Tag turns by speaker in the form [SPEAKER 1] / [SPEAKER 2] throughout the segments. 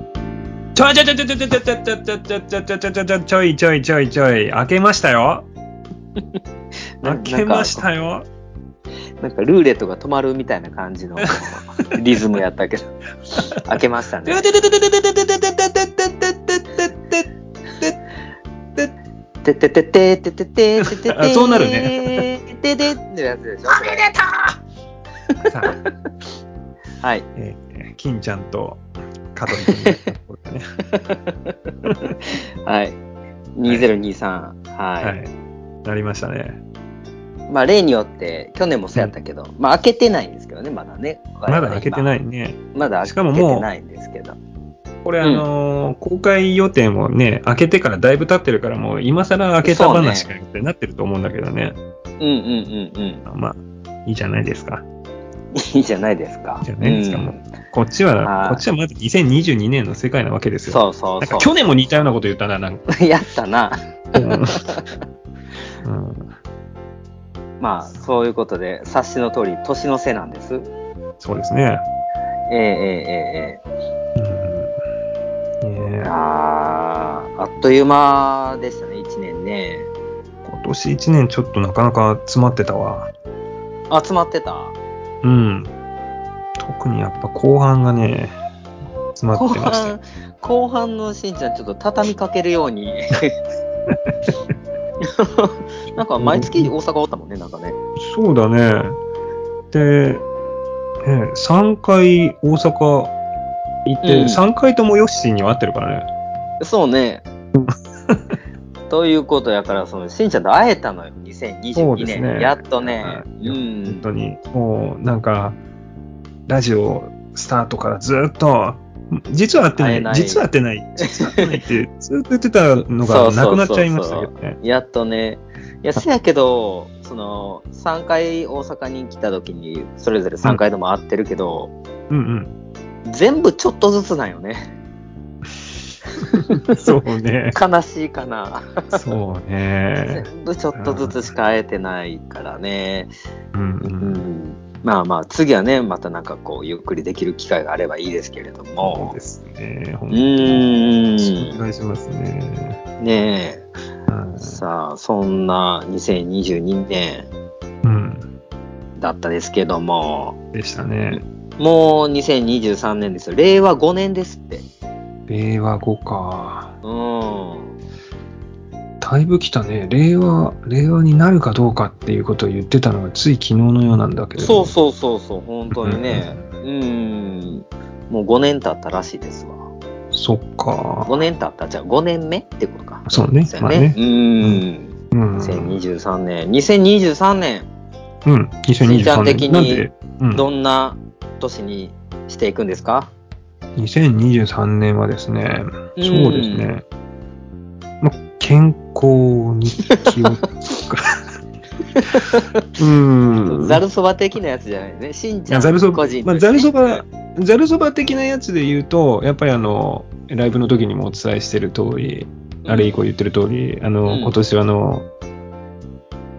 [SPEAKER 1] ょいちょいちょいちょいちょいちょいちょいちょいちょいちょいちょいちょいちょいちょいちょいちょい開けましたよ開けましたよ
[SPEAKER 2] なんかルーレットが止まるみたいな感じのリズムやったけど、開けましたね。ててててててててて
[SPEAKER 1] あ
[SPEAKER 2] て
[SPEAKER 1] そうなるね。
[SPEAKER 2] ててってやつでしょ。おめでと
[SPEAKER 1] さあ
[SPEAKER 2] うはい。
[SPEAKER 1] えー金ちゃんと加藤君のところでね
[SPEAKER 2] はい。2023。はい。
[SPEAKER 1] はいなりましたね
[SPEAKER 2] まあ例によって、去年もそうやったけど、まあ開けてないんですけどね、まだね。。
[SPEAKER 1] まだ開けてないいね
[SPEAKER 2] まだ開
[SPEAKER 1] しかも
[SPEAKER 2] け
[SPEAKER 1] もう
[SPEAKER 2] てないんですけど。
[SPEAKER 1] これ、
[SPEAKER 2] うん
[SPEAKER 1] あのー公開予定もね、開けてからだいぶ経ってるから、もう今更開けた話かよってなってると思うんだけどね。
[SPEAKER 2] うんうんうんうん。
[SPEAKER 1] まあ、いいじゃないですか。
[SPEAKER 2] いいじゃないですか。
[SPEAKER 1] いいじゃないですか
[SPEAKER 2] うん
[SPEAKER 1] もこっち
[SPEAKER 2] は
[SPEAKER 1] は、
[SPEAKER 2] い
[SPEAKER 1] こっちはまず2022年の世界なわけですよ。
[SPEAKER 2] そうそう
[SPEAKER 1] なん
[SPEAKER 2] そ
[SPEAKER 1] か
[SPEAKER 2] う。
[SPEAKER 1] 去年も似たようなこと言ったな、なんか。
[SPEAKER 2] やったな。
[SPEAKER 1] うんうん
[SPEAKER 2] まあ、そういうことで、察しの通り、年の瀬なんです。え
[SPEAKER 1] そうですね。
[SPEAKER 2] えええ
[SPEAKER 1] う
[SPEAKER 2] え
[SPEAKER 1] んね
[SPEAKER 2] え
[SPEAKER 1] え
[SPEAKER 2] あーあっという間でしたね、1年ね。
[SPEAKER 1] 今年1年ちょっとなかなか詰まってたわ。
[SPEAKER 2] 集まってた
[SPEAKER 1] うん。特にやっぱ後半がね、詰ま
[SPEAKER 2] 後
[SPEAKER 1] ってましたよ
[SPEAKER 2] 半、後半のしんちゃん、ちょっと畳みかけるよ うに。なんか、毎月大阪おったもんね、なんかね。
[SPEAKER 1] そうだね。で、ね、3回大阪行って、
[SPEAKER 2] うん
[SPEAKER 1] 3回ともヨッシーには会ってるからね。
[SPEAKER 2] そ うね。ということやから、そのしんちゃんと会えたのよ、
[SPEAKER 1] そう
[SPEAKER 2] 2022
[SPEAKER 1] です
[SPEAKER 2] 年。
[SPEAKER 1] ね
[SPEAKER 2] やっとね。
[SPEAKER 1] はい
[SPEAKER 2] うん
[SPEAKER 1] 本当に。もうなんか、ラジオスタートからずっと、実は会ってな
[SPEAKER 2] 会え
[SPEAKER 1] い、
[SPEAKER 2] ない
[SPEAKER 1] 実は会ってない、実は会ってない ってずっと言ってたのがなくなっちゃいましたけどね。
[SPEAKER 2] やっとね。いや、せやけど、その、3回大阪に来た時に、それぞれ3回とも会ってるけど、
[SPEAKER 1] うん
[SPEAKER 2] 全部ちょっとずつなんよ ね。。
[SPEAKER 1] うん。そうね
[SPEAKER 2] 悲しいかな。
[SPEAKER 1] そうね。
[SPEAKER 2] 全部ちょっとずつしか会えてないからね。
[SPEAKER 1] うんう。
[SPEAKER 2] うんん。まあまあ、次はね、またなんかこう、ゆっくりできる機会があればいいですけれど
[SPEAKER 1] そう
[SPEAKER 2] も
[SPEAKER 1] で。すね。
[SPEAKER 2] う
[SPEAKER 1] 本当に。
[SPEAKER 2] ー
[SPEAKER 1] お
[SPEAKER 2] ん。
[SPEAKER 1] 願いしますね。
[SPEAKER 2] ねえ。
[SPEAKER 1] うん
[SPEAKER 2] さあ、そんな2022年
[SPEAKER 1] うん。
[SPEAKER 2] だったですけども、
[SPEAKER 1] でしたね。
[SPEAKER 2] もう2023年ですよ。令和5年ですって。
[SPEAKER 1] 令和5か。
[SPEAKER 2] うん。
[SPEAKER 1] だいぶ来たね。令和、令和になるかどうかっていうことを言ってたのがつい昨日のようなんだけど。
[SPEAKER 2] そうそうそうそう、本当にね。
[SPEAKER 1] う
[SPEAKER 2] うんん。もう5年経ったらしいですわ。
[SPEAKER 1] そっか。
[SPEAKER 2] 5年経ったじゃあ5年目ってことか。
[SPEAKER 1] そうね
[SPEAKER 2] そ。う
[SPEAKER 1] まあ
[SPEAKER 2] やね。
[SPEAKER 1] ね。
[SPEAKER 2] うん。
[SPEAKER 1] うん。
[SPEAKER 2] 2023年。2023年、
[SPEAKER 1] うん。
[SPEAKER 2] しんちゃ
[SPEAKER 1] 2023
[SPEAKER 2] ん的に
[SPEAKER 1] 年。なんで、うん、
[SPEAKER 2] どんな年にしていくんですか
[SPEAKER 1] 2023年はですね、
[SPEAKER 2] うん
[SPEAKER 1] そうですね。まあ、健康に気をつか。 うん。
[SPEAKER 2] ざるそば的なやつじゃないね。しんちゃん
[SPEAKER 1] ざるそば、
[SPEAKER 2] 個人
[SPEAKER 1] まあ、
[SPEAKER 2] としてね
[SPEAKER 1] ざるそば、ざるそば的なやつで言うと、やっぱりあの、ライブの時にもお伝えしてる通り、あれ以降言ってる通り、あの、
[SPEAKER 2] うん
[SPEAKER 1] 今年はあの、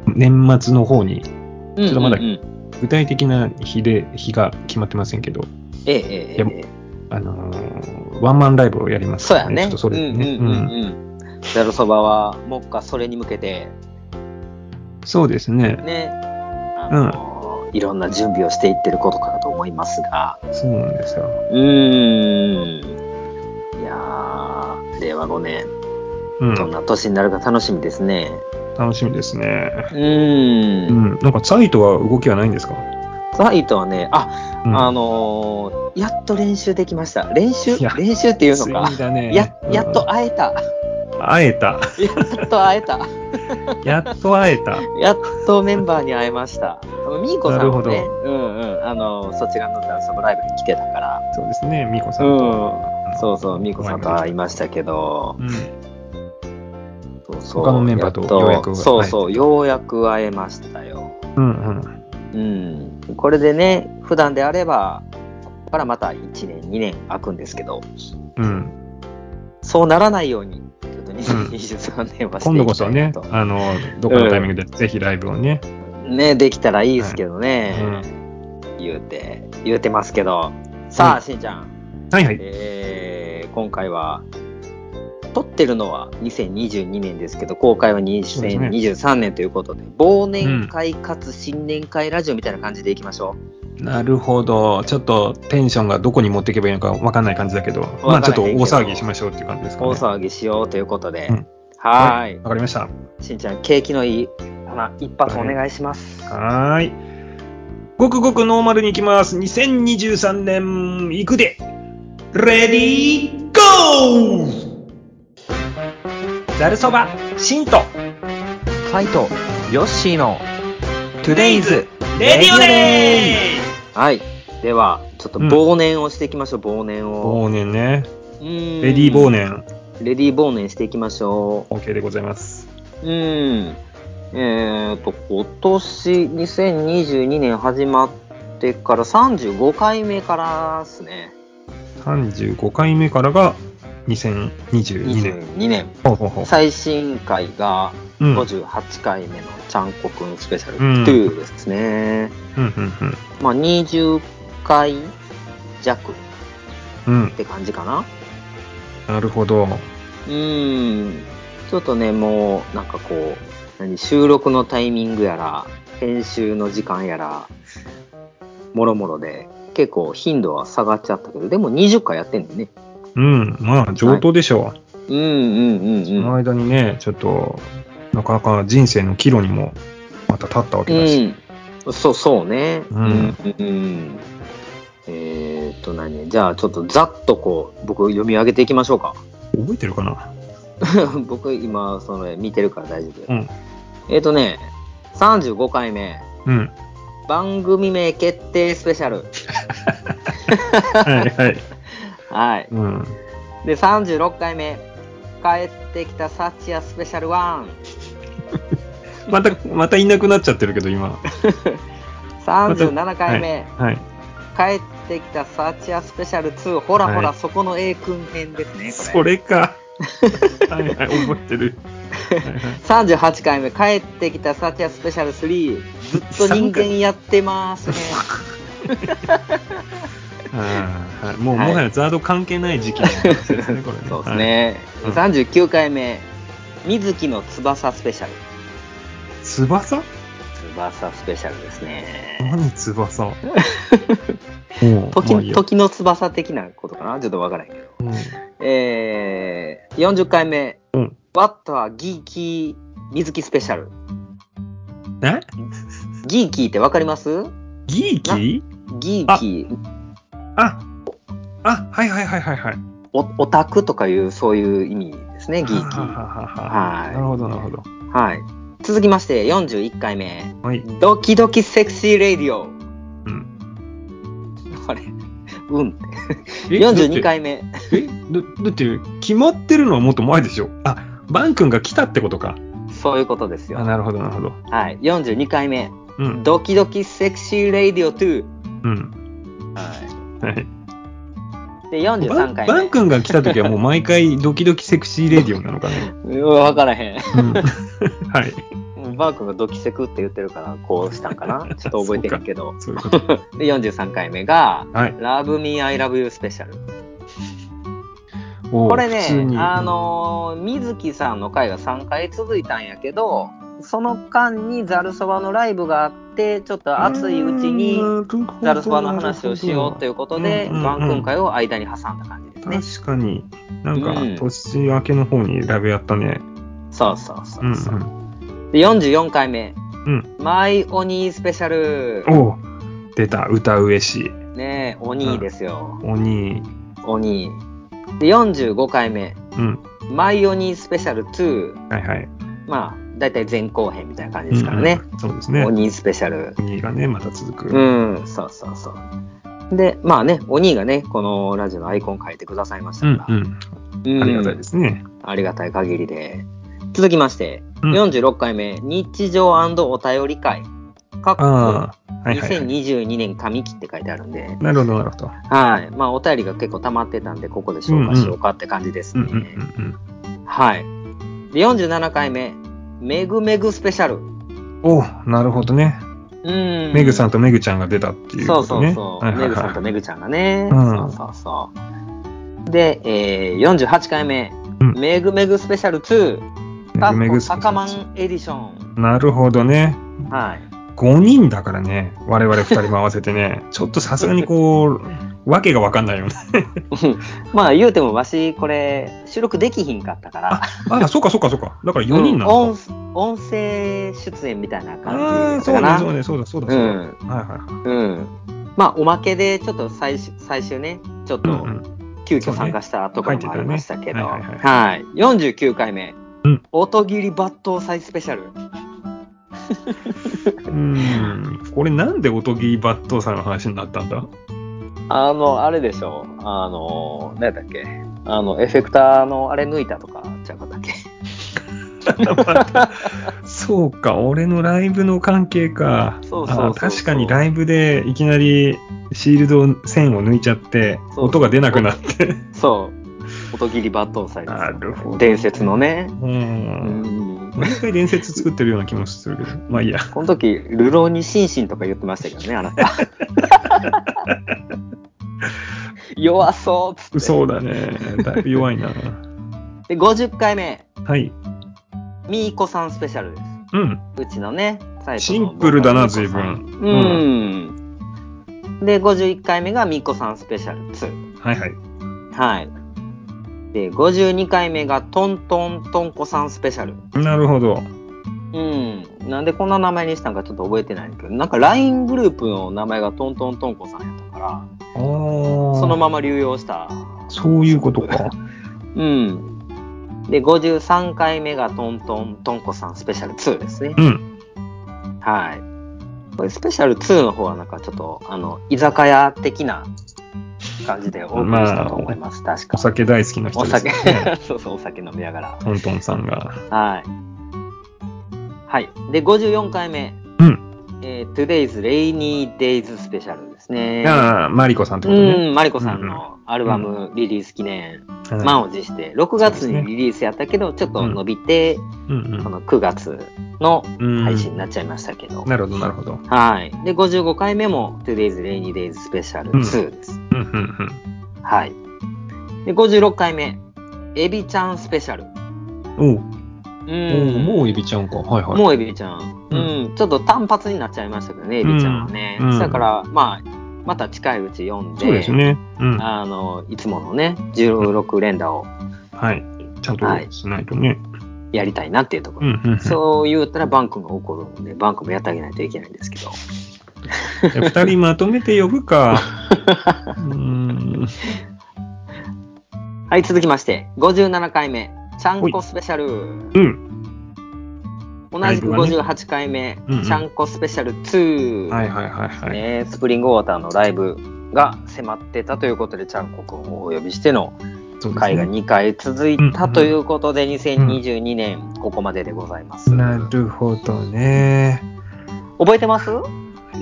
[SPEAKER 1] 年末の方に、
[SPEAKER 2] うん
[SPEAKER 1] ちょっとまだ
[SPEAKER 2] うんうんうん
[SPEAKER 1] 具体的な日で、日が決まってませんけど、
[SPEAKER 2] ええええ
[SPEAKER 1] いや
[SPEAKER 2] ええ。
[SPEAKER 1] あのーワンマンライブをやります
[SPEAKER 2] そうや
[SPEAKER 1] ちょ
[SPEAKER 2] ね
[SPEAKER 1] っ。とそれでね。
[SPEAKER 2] うんうん
[SPEAKER 1] うん
[SPEAKER 2] うんうん。ざるそばは、もっかそれに向けて、
[SPEAKER 1] そうですね。
[SPEAKER 2] ね、あのいろんな準備をしていってることかと思いますが、
[SPEAKER 1] そうなんですよ。
[SPEAKER 2] うーん。いやー、令和5年、
[SPEAKER 1] うん。
[SPEAKER 2] どんな年になるか楽しみですね。
[SPEAKER 1] 楽しみですね。
[SPEAKER 2] うー。
[SPEAKER 1] うんん。なんか、サイトは動きはないんですか
[SPEAKER 2] サイトはね、あ、
[SPEAKER 1] うん
[SPEAKER 2] あのーやっと練習できました。練習
[SPEAKER 1] いや
[SPEAKER 2] 練習っていうの
[SPEAKER 1] つい
[SPEAKER 2] か。
[SPEAKER 1] だね。
[SPEAKER 2] や、やっと
[SPEAKER 1] うん
[SPEAKER 2] 会えた。
[SPEAKER 1] 会えた。
[SPEAKER 2] やっと会えた。
[SPEAKER 1] やっと会えた。
[SPEAKER 2] やっとメンバーに会えました。あのミーコさんも
[SPEAKER 1] な
[SPEAKER 2] ね
[SPEAKER 1] る、
[SPEAKER 2] うんうん、あのそちらのダンスのライブに来てたから、
[SPEAKER 1] そうですね、ミコさんと。
[SPEAKER 2] うん、そうそう、ミーコさんと会いましたけど、
[SPEAKER 1] うん。
[SPEAKER 2] そうそう
[SPEAKER 1] 他のメンバーと
[SPEAKER 2] や
[SPEAKER 1] ようや
[SPEAKER 2] っ
[SPEAKER 1] く会えた
[SPEAKER 2] そうそう、ようやく会えましたよ。
[SPEAKER 1] うんうん。
[SPEAKER 2] うん、これでね、普段であれば、ここからまた1年、2年空くんですけど、
[SPEAKER 1] うん。
[SPEAKER 2] そうならないように、ちょっと2023年は して
[SPEAKER 1] 今
[SPEAKER 2] い
[SPEAKER 1] 度こ
[SPEAKER 2] き
[SPEAKER 1] そ
[SPEAKER 2] たいな
[SPEAKER 1] ね
[SPEAKER 2] と、
[SPEAKER 1] あの、どっかのタイミングでぜひライブをね。
[SPEAKER 2] ね、できたらいいですけど
[SPEAKER 1] う
[SPEAKER 2] ね、
[SPEAKER 1] ん。
[SPEAKER 2] 言うて、言うてますけど、さあ、
[SPEAKER 1] うん
[SPEAKER 2] しんちゃん。
[SPEAKER 1] はいはい。
[SPEAKER 2] えー今回は、撮ってるのは2022年ですけど、公開は2023年ということで、忘年会かつ新年会ラジオみたいな感じでいきましょ
[SPEAKER 1] なるほど。ちょっとテンションがどこに持っていけばいいのかわかんない感じだけど、まあちょっと大騒ぎしましょうっていう感じです
[SPEAKER 2] う。
[SPEAKER 1] かね。
[SPEAKER 2] 大騒ぎしようということで、
[SPEAKER 1] うん
[SPEAKER 2] はーい。
[SPEAKER 1] わかりました。
[SPEAKER 2] しんちゃん、景気のいい花、一発お願いします。
[SPEAKER 1] はーい。ごくごくノーマルに行きます。2023年、行くでレディーゴーざるそば、シント、
[SPEAKER 2] カイト、ヨッシーの、
[SPEAKER 1] トゥデイズ、レディオデイ
[SPEAKER 2] はい。では、ちょっと
[SPEAKER 1] うん
[SPEAKER 2] 忘年をしていきましょう、忘年を。
[SPEAKER 1] 忘年ね。
[SPEAKER 2] うーん
[SPEAKER 1] レディー忘。年、
[SPEAKER 2] レディー忘年していきましょ
[SPEAKER 1] OK でございます。
[SPEAKER 2] う。うーん。えっ、と、今年2022年始まってから35回目からですね。
[SPEAKER 1] 35回目からが2022年。
[SPEAKER 2] 22年。
[SPEAKER 1] ほうほうほう。
[SPEAKER 2] 最新回が
[SPEAKER 1] うん、うん、
[SPEAKER 2] 58回目のちゃんこくんスペシャル
[SPEAKER 1] うん
[SPEAKER 2] 2ですね。
[SPEAKER 1] うん、
[SPEAKER 2] まあ、20回弱っ
[SPEAKER 1] うん。うん、
[SPEAKER 2] て感じかな。
[SPEAKER 1] なるほど。
[SPEAKER 2] うーん。ちょっとね、もう、なんかこう、何、収録のタイミングやら、編集の時間やら、もろもろで、結構頻度は下がっちゃったけど、でも20回やってんだよね。
[SPEAKER 1] うん、まあ上等でしょう。
[SPEAKER 2] うんうんうんう
[SPEAKER 1] その
[SPEAKER 2] ん。
[SPEAKER 1] 間にね、ちょっと、なかなか人生の岐路にもまた立ったわけだし。
[SPEAKER 2] うん。そうそうね。
[SPEAKER 1] う
[SPEAKER 2] うんん。うんうんえーっと何じゃあちょっとざっとこう僕読み上げていきましょうか
[SPEAKER 1] 覚えてるかな
[SPEAKER 2] 僕今その見てるから大丈夫、
[SPEAKER 1] うん。
[SPEAKER 2] えーっとね35回目
[SPEAKER 1] うん。
[SPEAKER 2] 番組名決定スペシャル。
[SPEAKER 1] はいはい。
[SPEAKER 2] はい。
[SPEAKER 1] うん。
[SPEAKER 2] で、36回目。帰ってきたサチアスペシャル1。
[SPEAKER 1] また、またいなくなっちゃってるけど、今。
[SPEAKER 2] 37回目。
[SPEAKER 1] はい。
[SPEAKER 2] 帰ってきたサチアスペシャル2。ほらほら、そこの A 君編ですね。
[SPEAKER 1] そ
[SPEAKER 2] これ
[SPEAKER 1] れか。はいはい、覚えてる。はいはい
[SPEAKER 2] 38回目。帰ってきたサチアスペシャル3。ずっと人間やってますね。
[SPEAKER 1] あーはいもう、
[SPEAKER 2] はい
[SPEAKER 1] もはやザード関係ない時期の話ですね、これね。
[SPEAKER 2] そうですね。
[SPEAKER 1] うん
[SPEAKER 2] 39回目。水木の翼スペシャル。
[SPEAKER 1] はい。翼
[SPEAKER 2] 翼スペシャルですね。
[SPEAKER 1] 何 翼もう
[SPEAKER 2] 時
[SPEAKER 1] まあいいや
[SPEAKER 2] 時の翼的なことかなちょっとわからへんけど。
[SPEAKER 1] うん
[SPEAKER 2] えー、40回目、
[SPEAKER 1] うん
[SPEAKER 2] ワットはギーキー水木スペシャル。
[SPEAKER 1] え
[SPEAKER 2] ギーキーってわかります
[SPEAKER 1] ギーキー
[SPEAKER 2] ギーキー、
[SPEAKER 1] ああ、はいはいはいはいはい。
[SPEAKER 2] おオタクとかいうそういう意味ですね、ギーキ
[SPEAKER 1] は
[SPEAKER 2] ー。
[SPEAKER 1] ははは
[SPEAKER 2] はい
[SPEAKER 1] なるほど、なるほど。
[SPEAKER 2] はい。続きまして、41回目、
[SPEAKER 1] はい。
[SPEAKER 2] ドキドキセクシーレディオ。
[SPEAKER 1] うん。
[SPEAKER 2] あれうん。
[SPEAKER 1] え
[SPEAKER 2] 42。回目。
[SPEAKER 1] だってえだだって、決まってるのはもっと前でしょ。あ、バン君が来たってことか。
[SPEAKER 2] そういうことです
[SPEAKER 1] あ
[SPEAKER 2] よ。
[SPEAKER 1] なるほど、なるほど。
[SPEAKER 2] はい。42回目、
[SPEAKER 1] うん。
[SPEAKER 2] ドキドキセクシーレディオ2。
[SPEAKER 1] うん。
[SPEAKER 2] は
[SPEAKER 1] はい。
[SPEAKER 2] い。で、43
[SPEAKER 1] バン
[SPEAKER 2] 回
[SPEAKER 1] バ
[SPEAKER 2] 目
[SPEAKER 1] ン。君が来た時はもう毎回ドキドキセクシーレディオなのかね。
[SPEAKER 2] うんわからへん。
[SPEAKER 1] うん。はい。
[SPEAKER 2] もうバー君がドキセクって言ってるからこうしたん かなちょっと覚えてるけど
[SPEAKER 1] そういうこと。
[SPEAKER 2] で43回目が
[SPEAKER 1] はい
[SPEAKER 2] 「。Love Me I Love You スペシャル
[SPEAKER 1] おー
[SPEAKER 2] これね
[SPEAKER 1] 普通に
[SPEAKER 2] あのー水木さんの回が3回続いたんやけどその間にざるそばのライブがあってちょっと熱いうちにざるそばの話をしようということで
[SPEAKER 1] うんうんうん
[SPEAKER 2] 晩君会を間に挟んだ感じですね
[SPEAKER 1] 確かに、なんか
[SPEAKER 2] うん
[SPEAKER 1] 年明けの方にライブやったね。
[SPEAKER 2] そうそうそううんそうで44回目
[SPEAKER 1] うん。
[SPEAKER 2] 「マイオニースペシャル
[SPEAKER 1] うん。」おー出た、歌うえし。
[SPEAKER 2] ねえオニーですよ
[SPEAKER 1] 鬼。
[SPEAKER 2] 鬼で45回目
[SPEAKER 1] うん。
[SPEAKER 2] 「マイオニースペシャル2
[SPEAKER 1] はいはい。」
[SPEAKER 2] まあ大体前後編みたいな感じですからね
[SPEAKER 1] うん、うんそうですね。
[SPEAKER 2] 鬼スペシャル
[SPEAKER 1] 鬼がね、また続く。
[SPEAKER 2] うんそうそうそうでまあね鬼がねこのラジオのアイコン変えてくださいまし
[SPEAKER 1] うん
[SPEAKER 2] たか
[SPEAKER 1] う
[SPEAKER 2] ら、
[SPEAKER 1] ん。
[SPEAKER 2] うん
[SPEAKER 1] ありがたいですね。
[SPEAKER 2] ありがたい限りで続きまして、
[SPEAKER 1] うん
[SPEAKER 2] 46回目「日常お便り会」かっこ
[SPEAKER 1] ああ、はいはい。
[SPEAKER 2] 2022年上期って書いてあるんで、
[SPEAKER 1] なるほど、なるほど。
[SPEAKER 2] はい。まあ、お便りが結構溜まってたんで、ここで紹介しようかって感じです
[SPEAKER 1] うん
[SPEAKER 2] ね。
[SPEAKER 1] うんうん
[SPEAKER 2] はい。で、47回目、めぐめぐスペシャル。
[SPEAKER 1] うん。おなるほどね。
[SPEAKER 2] うん
[SPEAKER 1] メグさん
[SPEAKER 2] と
[SPEAKER 1] とメグちゃんが出たっていう
[SPEAKER 2] そ
[SPEAKER 1] こ
[SPEAKER 2] うそ
[SPEAKER 1] と
[SPEAKER 2] う
[SPEAKER 1] ね。
[SPEAKER 2] そう。
[SPEAKER 1] はいは
[SPEAKER 2] め
[SPEAKER 1] い
[SPEAKER 2] ぐ
[SPEAKER 1] は
[SPEAKER 2] さんとめぐちゃんがね。
[SPEAKER 1] うん
[SPEAKER 2] そうそうそう。で、えー、48回目、
[SPEAKER 1] うん
[SPEAKER 2] メグメグスペシャル2、
[SPEAKER 1] めぐめぐスペシャ
[SPEAKER 2] サ
[SPEAKER 1] ル
[SPEAKER 2] カマンエディション。
[SPEAKER 1] なるほどね。
[SPEAKER 2] はい。
[SPEAKER 1] 5人だからね、我々2人も合わせてね、 ちょっとさすがにこう、わけがわかんないよね。
[SPEAKER 2] まあ言うてもわし、これ、収録できひんかったから。
[SPEAKER 1] あ、そうかそうかそうか。だから4人な
[SPEAKER 2] うん
[SPEAKER 1] のか。
[SPEAKER 2] 音音声出演みたいな
[SPEAKER 1] あ
[SPEAKER 2] 感
[SPEAKER 1] あ、
[SPEAKER 2] じ
[SPEAKER 1] そう
[SPEAKER 2] だったか
[SPEAKER 1] だ
[SPEAKER 2] な。
[SPEAKER 1] そう
[SPEAKER 2] う
[SPEAKER 1] だそうだそうだそうだ。はいは
[SPEAKER 2] ん
[SPEAKER 1] いは
[SPEAKER 2] うん。まあおまけで、ちょっと最終最終ね、ちょ
[SPEAKER 1] い。
[SPEAKER 2] っ
[SPEAKER 1] うん
[SPEAKER 2] と
[SPEAKER 1] うん
[SPEAKER 2] 急遽参加したところもありましたけど、
[SPEAKER 1] そうね
[SPEAKER 2] は
[SPEAKER 1] 入ってたね
[SPEAKER 2] い。49回目、
[SPEAKER 1] うん
[SPEAKER 2] 音切り抜刀祭スペシャル。
[SPEAKER 1] うん。これなんでおとぎ抜刀さんの話になったん だ
[SPEAKER 2] あの、あれでしょう。あの、何だっけ。あの、エフェクターのあれ抜いたとか、ちゃうかったっけ。
[SPEAKER 1] そうか、俺のライブの関係か。
[SPEAKER 2] そうそうそうそ
[SPEAKER 1] あ
[SPEAKER 2] う
[SPEAKER 1] 確かにライブでいきなりシールド線を抜いちゃって、
[SPEAKER 2] そう
[SPEAKER 1] 音が出なくなって。
[SPEAKER 2] そう。音切り抜刀祭です
[SPEAKER 1] なるほど。
[SPEAKER 2] 伝説のね。
[SPEAKER 1] う。
[SPEAKER 2] うんん。
[SPEAKER 1] 毎回伝説作ってるような気もするけど。まあいいや。
[SPEAKER 2] この時、流浪に心身とか言ってましたけどね、あな た。弱そうっつって。
[SPEAKER 1] そうだね。だいぶ弱 いな。
[SPEAKER 2] で、50回目、
[SPEAKER 1] はい。
[SPEAKER 2] みーこさんスペシャルです。
[SPEAKER 1] うん。
[SPEAKER 2] うちのね、最
[SPEAKER 1] シンプルだな、随分。
[SPEAKER 2] うん。で、51回目がみーこさんスペシャル2。
[SPEAKER 1] はいはい。
[SPEAKER 2] はい。で、52回目がトントントンコさんスペシャル。
[SPEAKER 1] なるほど。
[SPEAKER 2] うん。なんでこんな名前にしたんかちょっと覚えてないんだけど、なんか LINE グループの名前がトントントンコさんやったから、
[SPEAKER 1] あそ
[SPEAKER 2] そのまま流用した。
[SPEAKER 1] そういうことか。
[SPEAKER 2] うん。で、53回目がトントントンコさんスペシャル2ですね
[SPEAKER 1] う。ん。
[SPEAKER 2] はい。これスペシャル2の方はなんかちょっと、あの、居酒屋的な感じでお送りしたと思います。確
[SPEAKER 1] お
[SPEAKER 2] か。
[SPEAKER 1] 酒大好きな人
[SPEAKER 2] お
[SPEAKER 1] です
[SPEAKER 2] 酒
[SPEAKER 1] ね。、
[SPEAKER 2] そうそう、お酒飲みながら。
[SPEAKER 1] トントンさんが。
[SPEAKER 2] はい。はい。で、54回目。
[SPEAKER 1] うん。
[SPEAKER 2] えー、Today's Rainy Days スペシャルですね。
[SPEAKER 1] ああ、マリコさんってことね。
[SPEAKER 2] うん、マリコさんのアルバムリリース記念、
[SPEAKER 1] はい
[SPEAKER 2] 満を持して、6月にリリースやったけど、ちょっと伸びて、こ
[SPEAKER 1] うん
[SPEAKER 2] の9月の
[SPEAKER 1] うん。
[SPEAKER 2] 配信になっちゃいましたけど。
[SPEAKER 1] なるほど、なるほど。
[SPEAKER 2] はい。で、55回目も Today's Rainy Days スペシャル2です。
[SPEAKER 1] うんうん
[SPEAKER 2] はい。で、56回目、エビちゃんスペシャル。
[SPEAKER 1] うん。おう
[SPEAKER 2] う
[SPEAKER 1] お
[SPEAKER 2] ん。
[SPEAKER 1] う、もうエビちゃんか。はいはい。
[SPEAKER 2] もうエビちゃん、
[SPEAKER 1] う
[SPEAKER 2] うんんちょっと単発になっちゃいましたけどね、エビちゃんはね。
[SPEAKER 1] うんうん
[SPEAKER 2] だから、まあ、また近いうち読んで、
[SPEAKER 1] そうですね。うん。は
[SPEAKER 2] あのいつものね、16連打を
[SPEAKER 1] い。ちゃんとしないとね。
[SPEAKER 2] やりたいなっていうとこ
[SPEAKER 1] う
[SPEAKER 2] ろ。
[SPEAKER 1] んうんうん。
[SPEAKER 2] そう言うたらバン君が怒るんで、バン君もやってあげないといけないんですけど。
[SPEAKER 1] じゃあ二人まとめて呼ぶ か。うーん。
[SPEAKER 2] はい、続きまして、57回目、ちゃんこスペシャル。
[SPEAKER 1] うん。
[SPEAKER 2] 同
[SPEAKER 1] ライ
[SPEAKER 2] じく
[SPEAKER 1] ブはね
[SPEAKER 2] 58回目、
[SPEAKER 1] うんうん
[SPEAKER 2] ちゃんこスペシャル2。
[SPEAKER 1] はいはいはいはい。
[SPEAKER 2] ね、スプリングウォーターのライブが迫ってたということで、ちゃんこくんをお呼びしての
[SPEAKER 1] そうですね
[SPEAKER 2] 回が2回続いたということで、2022年ここまででございます。
[SPEAKER 1] なるほどね。
[SPEAKER 2] 覚えてます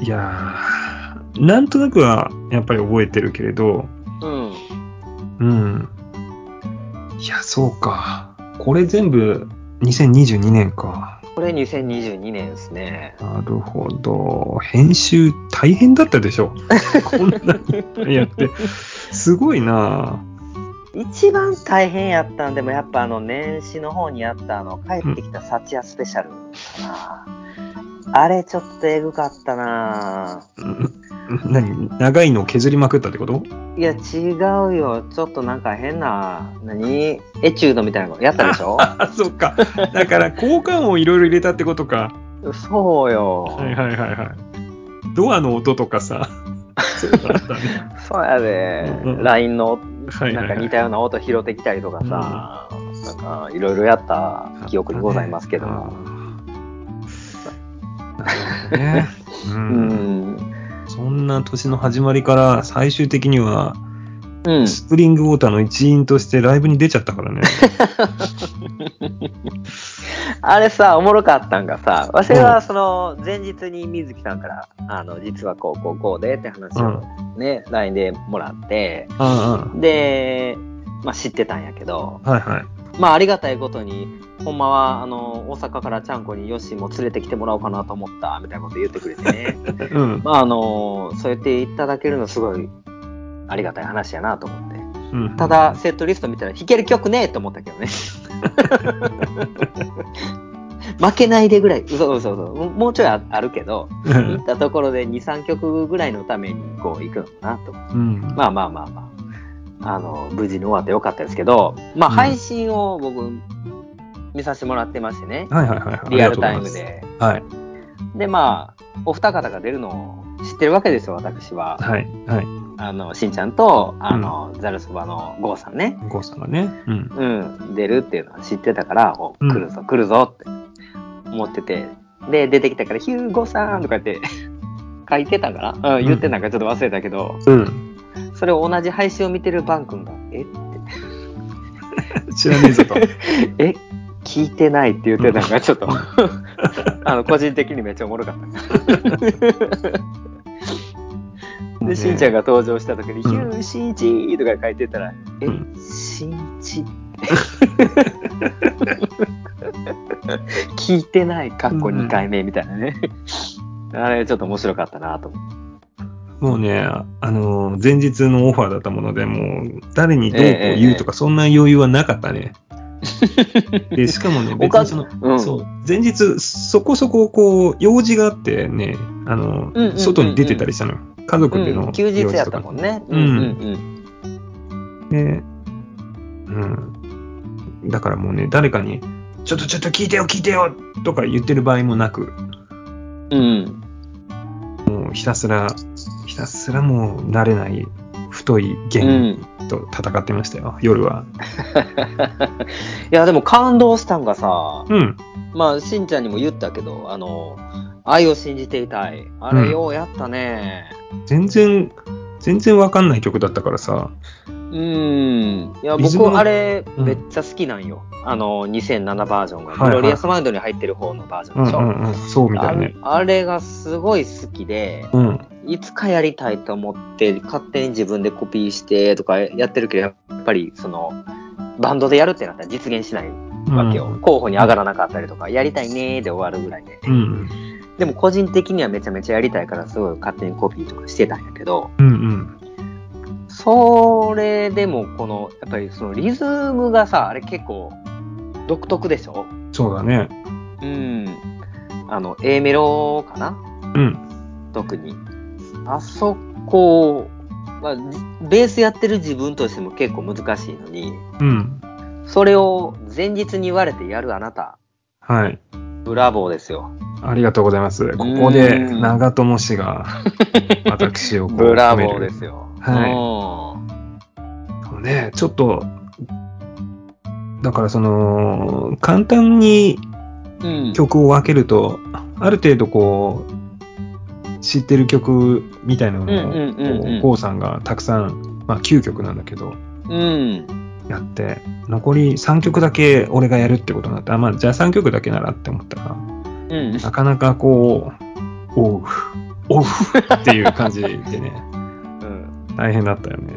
[SPEAKER 1] いやー、なんとなくはやっぱり覚えてるけれど、
[SPEAKER 2] うん。
[SPEAKER 1] うん。いや、そうか。これ全部2022年か。
[SPEAKER 2] これ2022年ですね。
[SPEAKER 1] なるほど。編集大変だったでしょ。 こんなにいっぱいやって。すごいな
[SPEAKER 2] 一番大変やったんでも、やっぱあの、年始の方にあったあの、帰ってきた幸也スペシャルかな。あれちょっとエグかったな
[SPEAKER 1] うん何長いのを削りまくったってこと
[SPEAKER 2] いや、違うよ。ちょっとなんか変な、何エチュードみたいなのやったで しょ
[SPEAKER 1] あ、そっか。だから、交換をいろいろ入れたってことか。
[SPEAKER 2] そうよ。
[SPEAKER 1] はいはいはいはい。ドアの音とか さ。そうだったね。
[SPEAKER 2] そうやで
[SPEAKER 1] うん、
[SPEAKER 2] LINE の
[SPEAKER 1] はい
[SPEAKER 2] なん
[SPEAKER 1] はい、
[SPEAKER 2] か
[SPEAKER 1] はい
[SPEAKER 2] 似。たような音拾ってきたりとかさ、なんかいろいろやった記憶にございますけど
[SPEAKER 1] あ
[SPEAKER 2] も。
[SPEAKER 1] ー。なるほど ね。う。
[SPEAKER 2] うんん。
[SPEAKER 1] そんな年の始まりから最終的には、
[SPEAKER 2] うん。
[SPEAKER 1] スプリングウォーターの一員としてライブに出ちゃったからね。
[SPEAKER 2] あれさ、おもろかったんがさ、わしはその前日に水木さんから、あの、実はこうこうこうでって話をね、LINE でもらって、
[SPEAKER 1] あ
[SPEAKER 2] で、まあ知ってたんやけど、
[SPEAKER 1] あ、はいはい。
[SPEAKER 2] まあありがたいことに、ほんまはあの、大阪からちゃんこにヨッシーも連れてきてもらおうかなと思った、みたいなこと言ってくれてね。
[SPEAKER 1] うん。
[SPEAKER 2] まああのそうやっていただけるのすごいありがたい話やなと思って。
[SPEAKER 1] うんうん
[SPEAKER 2] ただ、セットリスト見たら弾ける曲ねえと思ったけどね。負けないでぐらい、嘘嘘嘘、もうもうちょいああるけど、行ったところで2、3曲ぐらいのためにこう行くのかなと。
[SPEAKER 1] うん。
[SPEAKER 2] まあまあまあまあ、あの、無事に終わってよかったですけど、まあ
[SPEAKER 1] うん
[SPEAKER 2] 配信を僕、見させてもらってましてね、
[SPEAKER 1] はいはいはいはい。
[SPEAKER 2] リアルタイム
[SPEAKER 1] あり
[SPEAKER 2] で。
[SPEAKER 1] がとう
[SPEAKER 2] で、まあ、お二方が出るのを知ってるわけですよ、私は
[SPEAKER 1] ございます。。はい。はい。はい。
[SPEAKER 2] あの、しんちゃんと、あの、ザルそばのゴーさんね。
[SPEAKER 1] ゴーさんがね。うん。
[SPEAKER 2] うん、出るっていうのは知ってたから、お
[SPEAKER 1] うん
[SPEAKER 2] 来るぞ、来るぞって思ってて、で、出てきたから、ヒューゴさんとか言って、 書いてたんかな、うん、言ってたんかちょっと忘れたけど、
[SPEAKER 1] うん。
[SPEAKER 2] それを同じ配信を見てるバン君が、え、
[SPEAKER 1] 知らねえぞと。
[SPEAKER 2] え、聞いてないって言ってたのが、ちょっ と、あの、個人的にめっちゃおもろかったです。 で、しんちゃん
[SPEAKER 1] が。
[SPEAKER 2] が登場した時に、ヒ
[SPEAKER 1] うん
[SPEAKER 2] ュー、しんちとか書いてたら、え
[SPEAKER 1] うん、
[SPEAKER 2] しんち聞いてない、かっこ2回目みたいなね。あれ、ちょっと面白かったなと思って。
[SPEAKER 1] もうね、あのー、前日のオファーだったもので、もう、誰にどうこう
[SPEAKER 2] ええ
[SPEAKER 1] 言うとか、そんな余裕はなかった ね。で、しかもね、
[SPEAKER 2] お
[SPEAKER 1] 別
[SPEAKER 2] か
[SPEAKER 1] に
[SPEAKER 2] ず
[SPEAKER 1] その、
[SPEAKER 2] うん
[SPEAKER 1] そう、前日、そこそこ、こう、用事があってね、あの
[SPEAKER 2] うんうんうんうん
[SPEAKER 1] 外に出てたりしたのよ。家族で
[SPEAKER 2] う
[SPEAKER 1] の
[SPEAKER 2] ん、休日
[SPEAKER 1] 用事
[SPEAKER 2] やっ
[SPEAKER 1] と
[SPEAKER 2] た
[SPEAKER 1] か。
[SPEAKER 2] もんね。
[SPEAKER 1] う
[SPEAKER 2] うんんうん
[SPEAKER 1] で、うん。だからもうね、誰かに、ちょっとちょっと聞いてよ、聞いてよとか言ってる場合もなく、
[SPEAKER 2] うん。うん。
[SPEAKER 1] もうひたすら、ひたすらもう慣れない太い弦
[SPEAKER 2] うん
[SPEAKER 1] と戦ってましたよ、夜は。
[SPEAKER 2] いや、でも感動したんがさ、
[SPEAKER 1] うん。
[SPEAKER 2] まあ、しんちゃんにも言ったけど、あの、愛を信じていたい。あ
[SPEAKER 1] うん
[SPEAKER 2] れ、ようやったね。
[SPEAKER 1] 全然、全然わかんない曲だったからさ、
[SPEAKER 2] うん。いや、
[SPEAKER 1] リズム
[SPEAKER 2] 僕、
[SPEAKER 1] の
[SPEAKER 2] あれ、
[SPEAKER 1] うん
[SPEAKER 2] めっちゃ好きなんよ。あの、2007バージョンが。
[SPEAKER 1] はいはい
[SPEAKER 2] グロリアスマインドに入ってる方のバージョ
[SPEAKER 1] う
[SPEAKER 2] ン
[SPEAKER 1] ん
[SPEAKER 2] でし
[SPEAKER 1] う
[SPEAKER 2] ょ。
[SPEAKER 1] んうん、そうみた
[SPEAKER 2] あ
[SPEAKER 1] い
[SPEAKER 2] れ
[SPEAKER 1] ね。
[SPEAKER 2] あれがすごい好きで、
[SPEAKER 1] うん。
[SPEAKER 2] いつかやりたいと思って、勝手に自分でコピーしてとかやってるけど、やっぱり、その、バンドでやるってなったら実現しないわけよ。候補に上がらなかったりとか、やりたいねーで終わるぐらいで。
[SPEAKER 1] うん。うん
[SPEAKER 2] でも個人的にはめちゃめちゃやりたいからすごい勝手にコピーとかしてたんやけど、
[SPEAKER 1] うんうん。
[SPEAKER 2] それでもこの、やっぱりそのリズムがさ、あれ結構独特でしょ
[SPEAKER 1] そうだね。
[SPEAKER 2] うん。あの、A メロかな
[SPEAKER 1] うん。
[SPEAKER 2] 特に。あそこ、まあ、じベースやってる自分としても結構難しいのに、
[SPEAKER 1] うん。
[SPEAKER 2] それを前日に言われてやるあなた、
[SPEAKER 1] はい。
[SPEAKER 2] ブラボーですよ。
[SPEAKER 1] ありがとうございます。ここで、
[SPEAKER 2] うん
[SPEAKER 1] 長友氏 が、私をこう
[SPEAKER 2] ブラボ
[SPEAKER 1] 褒
[SPEAKER 2] ー
[SPEAKER 1] め
[SPEAKER 2] で
[SPEAKER 1] る
[SPEAKER 2] すよ。
[SPEAKER 1] はい
[SPEAKER 2] うん
[SPEAKER 1] そうね、ちょっと、だからその、簡単に
[SPEAKER 2] うん
[SPEAKER 1] 曲を分けると、ある程度こう、知ってる曲みたいな
[SPEAKER 2] うんう
[SPEAKER 1] のを、
[SPEAKER 2] んうんうん
[SPEAKER 1] こう GO さんがたくさん、まあ9曲なんだけど、
[SPEAKER 2] うん。
[SPEAKER 1] やって、残り3曲だけ俺がやるってことになって、あ、まあじゃあ3曲だけならって思ったら、
[SPEAKER 2] うん。
[SPEAKER 1] なかなかこう、おう、おうっていう感じでね。
[SPEAKER 2] うん。
[SPEAKER 1] 大変だったよね。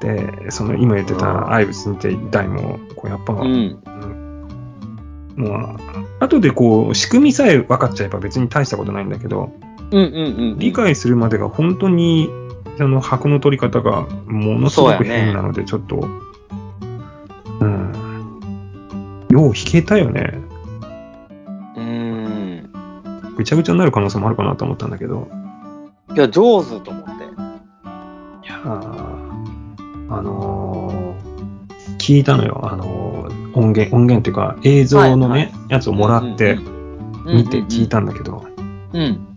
[SPEAKER 1] で、その今言ってた愛を信じていたいも、こうやっぱ、
[SPEAKER 2] うん。
[SPEAKER 1] もう、後でこう、仕組みさえ分かっちゃえば別に大したことないんだけど、
[SPEAKER 2] うんうんうん。
[SPEAKER 1] 理解するまでが本当に、あの、箱の取り方がものすご
[SPEAKER 2] そ
[SPEAKER 1] く
[SPEAKER 2] うやね
[SPEAKER 1] 変なので、ちょっと、うん。よう弾けたよね。
[SPEAKER 2] うん。
[SPEAKER 1] ぐちゃぐちゃになる可能性もあるかなと思ったんだけど、
[SPEAKER 2] いや、上手と思って。
[SPEAKER 1] いやーあのー聞いたのよ、あのー音源、音源っていうか映像の
[SPEAKER 2] は
[SPEAKER 1] ね、
[SPEAKER 2] い
[SPEAKER 1] やつをもらって、見て聞い
[SPEAKER 2] た。
[SPEAKER 1] たんだけど、
[SPEAKER 2] うん。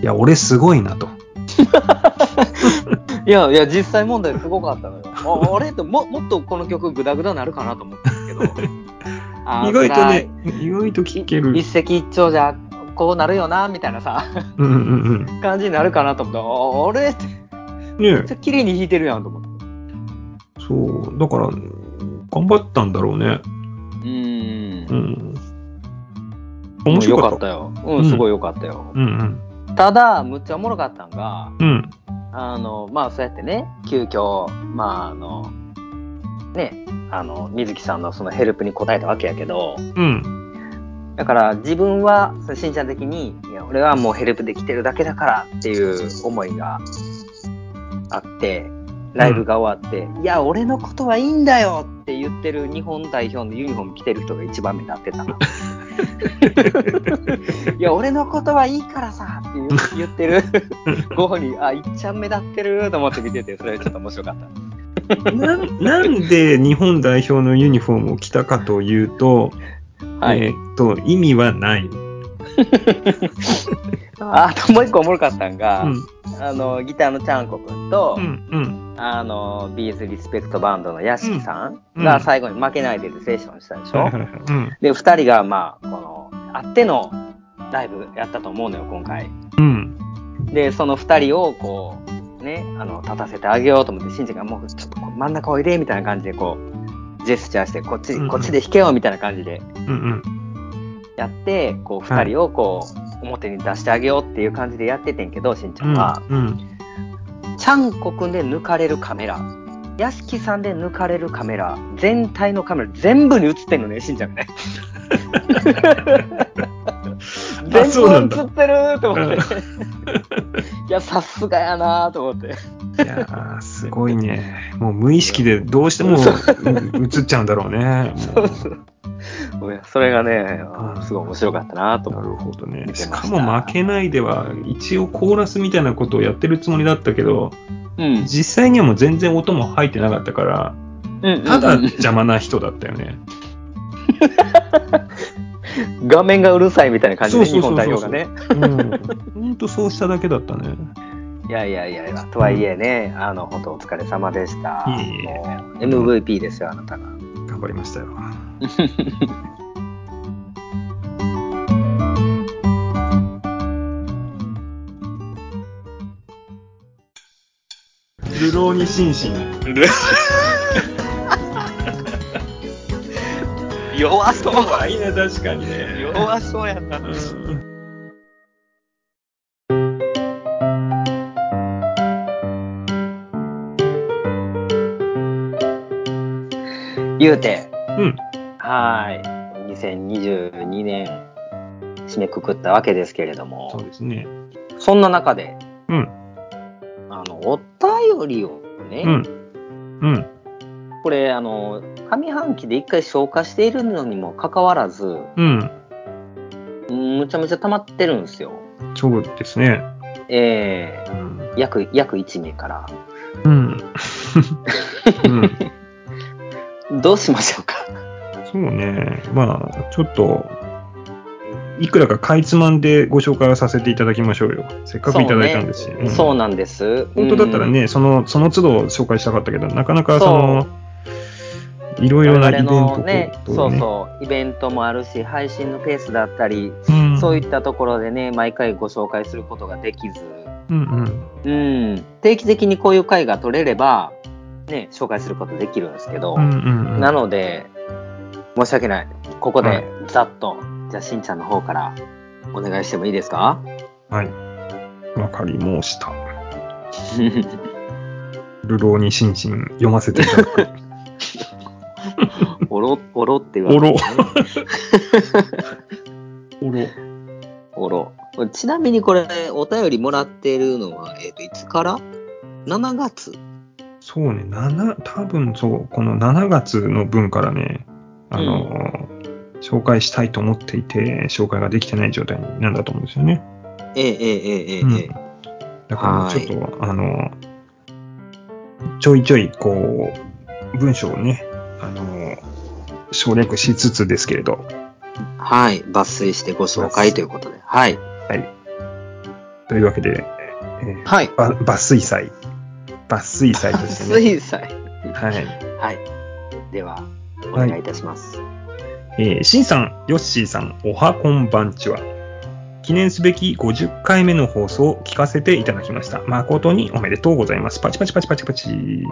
[SPEAKER 1] いや、俺すごいなと。
[SPEAKER 2] いやいや、実際問題すごかったのよ。ああれとも、もっとこの曲グダグダなるかなと思ったんで すけど。あー
[SPEAKER 1] 意外とね、意外と聞ける。
[SPEAKER 2] 一石一鳥じゃ、こうなるよな、みたいなさ、
[SPEAKER 1] うんうん
[SPEAKER 2] 感じになるかなと思ったら。ああれって、
[SPEAKER 1] うん。ね
[SPEAKER 2] めっちゃ綺麗に弾いてるやんと思って。
[SPEAKER 1] そう、だから、頑張ったんだろうね。
[SPEAKER 2] うん
[SPEAKER 1] う。ん。面白かった。
[SPEAKER 2] よかったよ。うん、すごい良かったよ。
[SPEAKER 1] うん
[SPEAKER 2] ただ、むっちゃおもろかったんが、
[SPEAKER 1] うん。うん。
[SPEAKER 2] あの、まあ、そうやってね、急遽、まあ、あの、ね、あの、水木さんのそのヘルプに応えたわけやけど、
[SPEAKER 1] うん。
[SPEAKER 2] だから自分は、そのしんちゃん的に、いや、俺はもうヘルプできてるだけだからっていう思いがあって、ライブが終わって、いや、俺のことはいいんだよって言ってる日本代表のユニフォーム着てる人が一番目立ってた な。いや、俺のことはいいからさって言う言ってるご本人、あ、いっちゃん目立ってると思って見てて、それちょっと面白かっ た。
[SPEAKER 1] なんなんで日本代表のユニフォームを着たかというと、
[SPEAKER 2] はい。
[SPEAKER 1] えーっと、意味はない。
[SPEAKER 2] ああともう一個おもろかったんが、
[SPEAKER 1] うん、
[SPEAKER 2] あの、ギターのちゃんこくんと、
[SPEAKER 1] うん、うん。
[SPEAKER 2] あの、ビーズリスペクトバンドの屋敷さん
[SPEAKER 1] うん
[SPEAKER 2] が最後に負けないででセッションしたでしょ、
[SPEAKER 1] はいはいはいうん
[SPEAKER 2] で、二人がまあ、この、あってのライブやったと思うのよ、今回。
[SPEAKER 1] うん。
[SPEAKER 2] で、その二人をこう、ね、あの、立たせてあげようと思って、しんちゃんがもうちょっとこう真ん中おいで、みたいな感じでこう、ジェスチャーして、こっち、
[SPEAKER 1] うんうん
[SPEAKER 2] こっちで弾けよ、みたいな感じで
[SPEAKER 1] うん、
[SPEAKER 2] やって、こう、二人をこう、表に出してあげようっていう感じでやっててんけど、しんちゃ
[SPEAKER 1] うんん。
[SPEAKER 2] は、
[SPEAKER 1] うん。
[SPEAKER 2] ちゃんこくんで抜かれるカメラ、屋敷さんで抜かれるカメラ、全体のカメラ、全部に映ってんのね、しんちゃんが ね。全部映
[SPEAKER 1] あそうなんだ
[SPEAKER 2] ってると思って。いや、さすがやなと思って。
[SPEAKER 1] いやー、すごいね。もう無意識でどうしてもう 映っちゃうんだろうね。もう
[SPEAKER 2] いやそれがね、
[SPEAKER 1] うん
[SPEAKER 2] すごい面白かったなと思
[SPEAKER 1] な
[SPEAKER 2] っ
[SPEAKER 1] るほどね。
[SPEAKER 2] 見て
[SPEAKER 1] し
[SPEAKER 2] ました
[SPEAKER 1] かも負けないでは、一応コーラスみたいなことをやってるつもりだったけど、
[SPEAKER 2] て。うん
[SPEAKER 1] 実際にはもう全然音も入ってなかったから、
[SPEAKER 2] うん
[SPEAKER 1] ただ
[SPEAKER 2] うんうん
[SPEAKER 1] 邪魔な人だったよ ね。
[SPEAKER 2] 画面がうるさいみたいな感じで、日本代表がね。
[SPEAKER 1] うん。ほんとそうしただけだったね。
[SPEAKER 2] いやいやいやいや、とはいえね、あの、本当お疲れ様でした。
[SPEAKER 1] いえいえ
[SPEAKER 2] もう MVP ですよ、あなたが。
[SPEAKER 1] 頑張りましたよ。流浪に心 身。
[SPEAKER 2] 弱そう
[SPEAKER 1] いいね、確かにね
[SPEAKER 2] 弱そうやな。言うて、
[SPEAKER 1] うん。
[SPEAKER 2] はーい。2022年、締めくくったわけですけれど
[SPEAKER 1] そう
[SPEAKER 2] も、
[SPEAKER 1] ですね。
[SPEAKER 2] そんな中で、
[SPEAKER 1] うん。
[SPEAKER 2] あの、お便りをね、
[SPEAKER 1] うん。うん。
[SPEAKER 2] これ、あの、上半期で一回消化しているのにもかかわらず、
[SPEAKER 1] うん。
[SPEAKER 2] むちゃめちゃ溜まってるんですよ。
[SPEAKER 1] そうですね。
[SPEAKER 2] ええ
[SPEAKER 1] うん。
[SPEAKER 2] 約、約1名から。
[SPEAKER 1] うん。 うん、
[SPEAKER 2] どうしましょうか
[SPEAKER 1] そうね。まあ、ちょっと、いくらかかいつまんでご紹介させていただきましょうよ。せっかくいただいたんですし。うん
[SPEAKER 2] そうなんです。
[SPEAKER 1] 本当だったらね、その、その都度紹介したかったけど、なかなかその、いろ
[SPEAKER 2] うん、
[SPEAKER 1] いろなイベ
[SPEAKER 2] 我
[SPEAKER 1] ン
[SPEAKER 2] 々
[SPEAKER 1] ト
[SPEAKER 2] のね、
[SPEAKER 1] と
[SPEAKER 2] そ
[SPEAKER 1] と
[SPEAKER 2] う
[SPEAKER 1] ね、
[SPEAKER 2] そう、イベントもあるし、配信のペースだったり、
[SPEAKER 1] うん
[SPEAKER 2] そういったところでね、毎回ご紹介することができず、
[SPEAKER 1] うんうん。
[SPEAKER 2] うん、定期的にこういう回が取れれば、ね、紹介することできるんですけど、
[SPEAKER 1] うんうんうん。
[SPEAKER 2] なので、申し訳ない。ここ
[SPEAKER 1] はい
[SPEAKER 2] で、ざっと、じゃあ、しんちゃんの方から、お願いしてもいいです か
[SPEAKER 1] はい。わかり申した。流浪に心身読ませていた だく。
[SPEAKER 2] おろ、おろって言われて、ね。
[SPEAKER 1] おろ。
[SPEAKER 2] おろ。これちなみにこれ、お便りもらってるのは、えっ、と、いつから ?7 月
[SPEAKER 1] そうね、7、多分そう、この7月の分からね、あの、紹介したいと思っていて、紹介ができてない状態なんだと思うんですよね。
[SPEAKER 2] ええええええ
[SPEAKER 1] うん
[SPEAKER 2] ええ
[SPEAKER 1] だからねちょっと、あの、ちょいちょい、こう、文章をね、あの、省略しつつですけれど、
[SPEAKER 2] はい。抜粋してご紹介ということで。はい。
[SPEAKER 1] というわけで、えー
[SPEAKER 2] はい。
[SPEAKER 1] ば抜粋祭。抜粋祭としてね。
[SPEAKER 2] 水彩。
[SPEAKER 1] はい。
[SPEAKER 2] はい。では、お
[SPEAKER 1] はい
[SPEAKER 2] 願いいたします。
[SPEAKER 1] えー、シンさん、ヨッシーさん、おはこんばんちは。記念すべき50回目の放送を聞かせていただきました。誠におめでとうございます。パチパチパチパチパチ。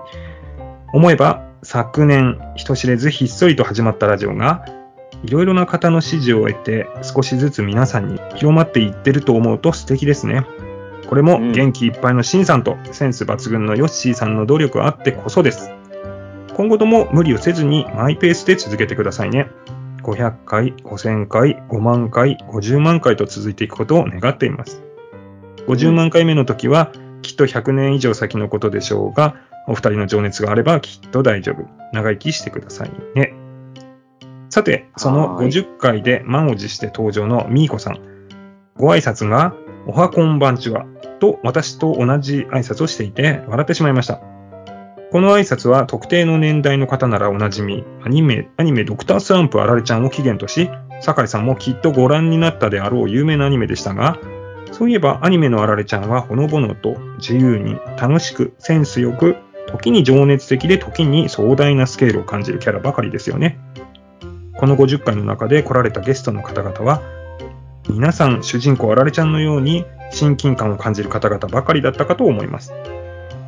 [SPEAKER 1] 思えば、昨年、人知れずひっそりと始まったラジオが、いろいろな方の支持を得て、少しずつ皆さんに広まっていってると思うと素敵ですね。これも
[SPEAKER 2] うん
[SPEAKER 1] 元気いっぱいのシンさんと、センス抜群のヨッシーさんの努力あってこそです。今後とも無理をせずにマイペースで続けてくださいね。500回、5000回、5万回、50万回と続いていくことを願っています。50万回目の時は、きっと100年以上先のことでしょうが、お二人の情熱があればきっと大丈夫。長生きしてくださいね。さて、その
[SPEAKER 2] はーい
[SPEAKER 1] 50回で満を持して登場のみーこさん。ご挨拶が、おはこんばんちは、と私と同じ挨拶をしていて笑ってしまいました。この挨拶は特定の年代の方ならおなじみ、アニメ、アニメドクタースランプあられちゃんを起源とし、酒井さんもきっとご覧になったであろう有名なアニメでしたが、そういえばアニメのあられちゃんはほのぼのと自由に楽しくセンスよく時に情熱的で時に壮大なスケールを感じるキャラばかりですよね。この50回の中で来られたゲストの方々は皆さん主人公あられちゃんのように親近感を感じる方々ばかりだったかと思います。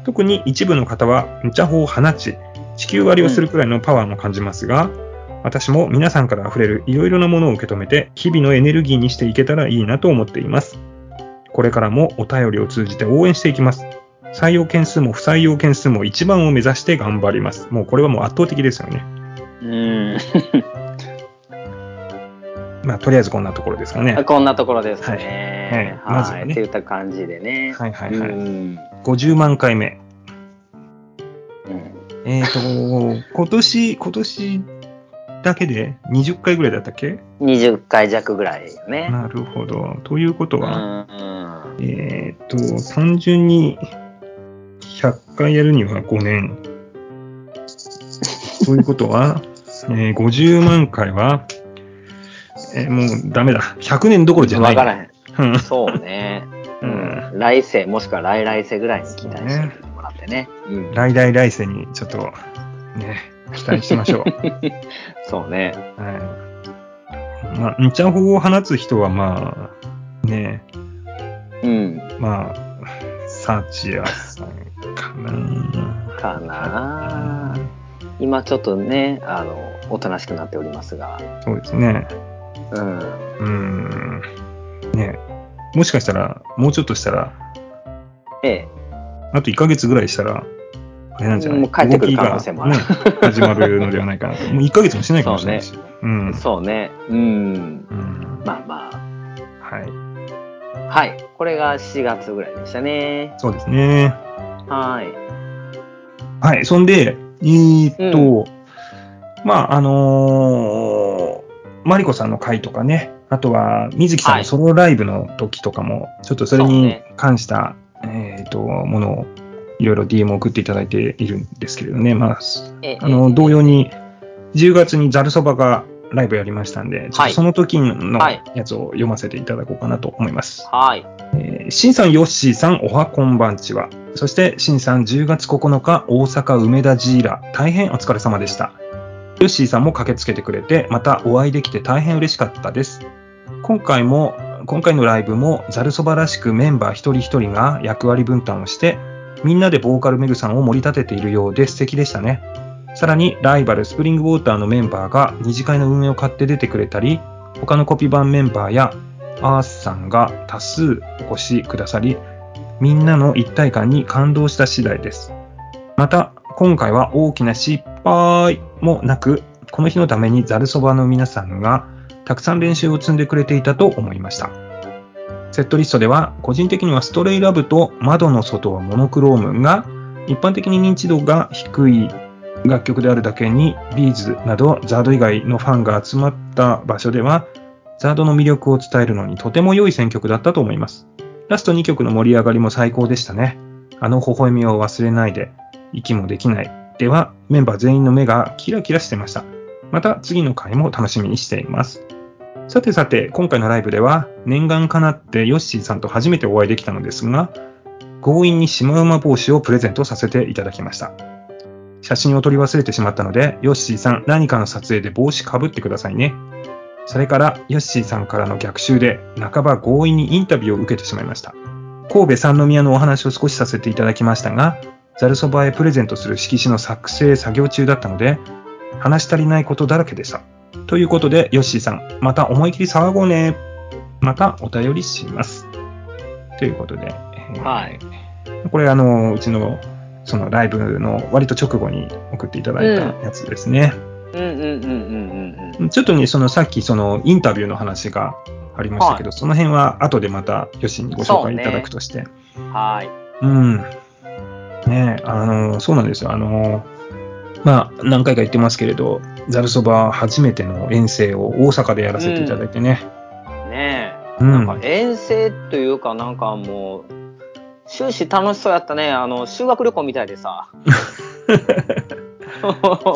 [SPEAKER 1] 特に一部の方は無茶法を放ち地球割りをするくらいのパワーも感じますが、私も皆さんから溢れるいろいろなものを受け止めて日々のエネルギーにしていけたらいいなと思っています。これからもお便りを通じて応援していきます。採用件数も不採用件数も一番を目指して頑張ります。もうこれはもう圧倒的ですよね。
[SPEAKER 2] うん。
[SPEAKER 1] まあ、とりあえずこんなところですかね。
[SPEAKER 2] こんなところですかね。
[SPEAKER 1] はいはいまずはね
[SPEAKER 2] って言った感じでね。
[SPEAKER 1] はいはいはい
[SPEAKER 2] うん。
[SPEAKER 1] 50万回目。
[SPEAKER 2] うん
[SPEAKER 1] えっ、ー、と、今 年、今年だけで20回ぐらいだったっけ
[SPEAKER 2] 20回弱ぐらいよね。
[SPEAKER 1] なるほど。ということ
[SPEAKER 2] う
[SPEAKER 1] は、
[SPEAKER 2] んうん。
[SPEAKER 1] えっ、と、単純に100回やるには5年。 ということは、えー50万回は、えーもうダメだ。100年どころじゃな
[SPEAKER 2] わ
[SPEAKER 1] い。
[SPEAKER 2] からへん。
[SPEAKER 1] うん
[SPEAKER 2] そうね。
[SPEAKER 1] う
[SPEAKER 2] うんん。来世、もしくは来来世ぐらいに期待してもらってね。うん。
[SPEAKER 1] 来来来世にちょっとね、期待しましょ
[SPEAKER 2] そうね。
[SPEAKER 1] う。はい。まあ、んちゃほを放つ人はまあ、ね
[SPEAKER 2] うん。
[SPEAKER 1] まあ、サチアさんかな。
[SPEAKER 2] かなあ今ちょっとね、あの、おとなしくなっておりますが。
[SPEAKER 1] そうですね。
[SPEAKER 2] うん。
[SPEAKER 1] うん。ねもしかしたら、もうちょっとしたら、
[SPEAKER 2] ええ。
[SPEAKER 1] あと1ヶ月ぐらいしたら、あれなんじゃない
[SPEAKER 2] もう帰ってくる可能性もある
[SPEAKER 1] 動きがね始まるのではないかなと。もう1ヶ月もしないかもしれないし。うん。
[SPEAKER 2] そうね。う
[SPEAKER 1] う
[SPEAKER 2] ん。
[SPEAKER 1] ん。
[SPEAKER 2] まあま
[SPEAKER 1] はい。
[SPEAKER 2] あ。はい。これが4月ぐらいでしたね。
[SPEAKER 1] そうですね。
[SPEAKER 2] はい。
[SPEAKER 1] はい、そんで、えーっと、まあ、あのーマリコさんの回とかね、あとは、水木さん
[SPEAKER 2] は
[SPEAKER 1] の
[SPEAKER 2] い
[SPEAKER 1] ソロライブの時とかも、ちょっとそれ
[SPEAKER 2] そう
[SPEAKER 1] に
[SPEAKER 2] ね
[SPEAKER 1] 関した、えーっと、ものを、いろいろ DM を送っていただいているんですけれどね、まあ、
[SPEAKER 2] ええ
[SPEAKER 1] あの、同様に、10月にザルそばがライブやりましたんで、ちょっ
[SPEAKER 2] は
[SPEAKER 1] と
[SPEAKER 2] い
[SPEAKER 1] その時の
[SPEAKER 2] はい
[SPEAKER 1] やつを読ませていただこうかなと思います。
[SPEAKER 2] はい。
[SPEAKER 1] えーシンさん、ヨッシーさん、おはこんばんちは。そして、シンさん、10月9日、大阪梅田ジーラ、大変お疲れ様でした。ヨッシーさんも駆けつけてくれて、またお会いできて大変嬉しかったです。今回も、今回のライブも、ザルそばらしくメンバー一人一人が役割分担をして、みんなでボーカルメグさんを盛り立てているようで素敵でしたね。さらに、ライバルスプリングウォーターのメンバーが二次会の運営を買って出てくれたり、他のコピー版メンバーやアースさんが多数お越しくださり、みんなの一体感に感動した次第です。また、今回は大きな失敗もなく、この日のためにザルそばの皆さんがたくさん練習を積んでくれていたと思いました。セットリストでは、個人的にはストレイラブと窓の外はモノクロームが、一般的に認知度が低い楽曲であるだけに、ビーズなどザード以外のファンが集まった場所では、ザードの魅力を伝えるのにとても良い選曲だったと思います。ラスト2曲の盛り上がりも最高でしたね。あの微笑みを忘れないで、息もできない。では、メンバー全員の目がキラキラしてました。また次の回も楽しみにしています。さてさて、今回のライブでは、念願かなってヨッシーさんと初めてお会いできたのですが、強引にシマウマ帽子をプレゼントさせていただきました。写真を撮り忘れてしまったので、ヨッシーさん何かの撮影で帽子かぶってくださいね。それから、ヨッシーさんからの逆襲で、半ば強引にインタビューを受けてしまいました。神戸三宮のお話を少しさせていただきましたが、ザルそばへプレゼントする色紙の作成作業中だったので、話し足りないことだらけでした。ということで、ヨッシーさん、また思い切り騒ごうね。またお便りします。ということで、えー
[SPEAKER 2] はい。
[SPEAKER 1] これ、あの、うちの、そのライブの割と直後に送っていただいたやつですね。
[SPEAKER 2] うんうんうんうんうんうん。
[SPEAKER 1] ちょっとね、そのさっきそのインタビューの話がありましたけど、その辺は後でまたヨシにご紹介いただくとして。う
[SPEAKER 2] はい。
[SPEAKER 1] ん。ね、あの、そうなんですよ。あの、まあ、何回か言ってますけれど、ざるそば初めての遠征を大阪でやらせていただいてね。
[SPEAKER 2] ね
[SPEAKER 1] う
[SPEAKER 2] え。
[SPEAKER 1] ん。
[SPEAKER 2] なんか遠征というか、なんかもう、終始楽しそうやったね。あの、修学旅行みたいでさ。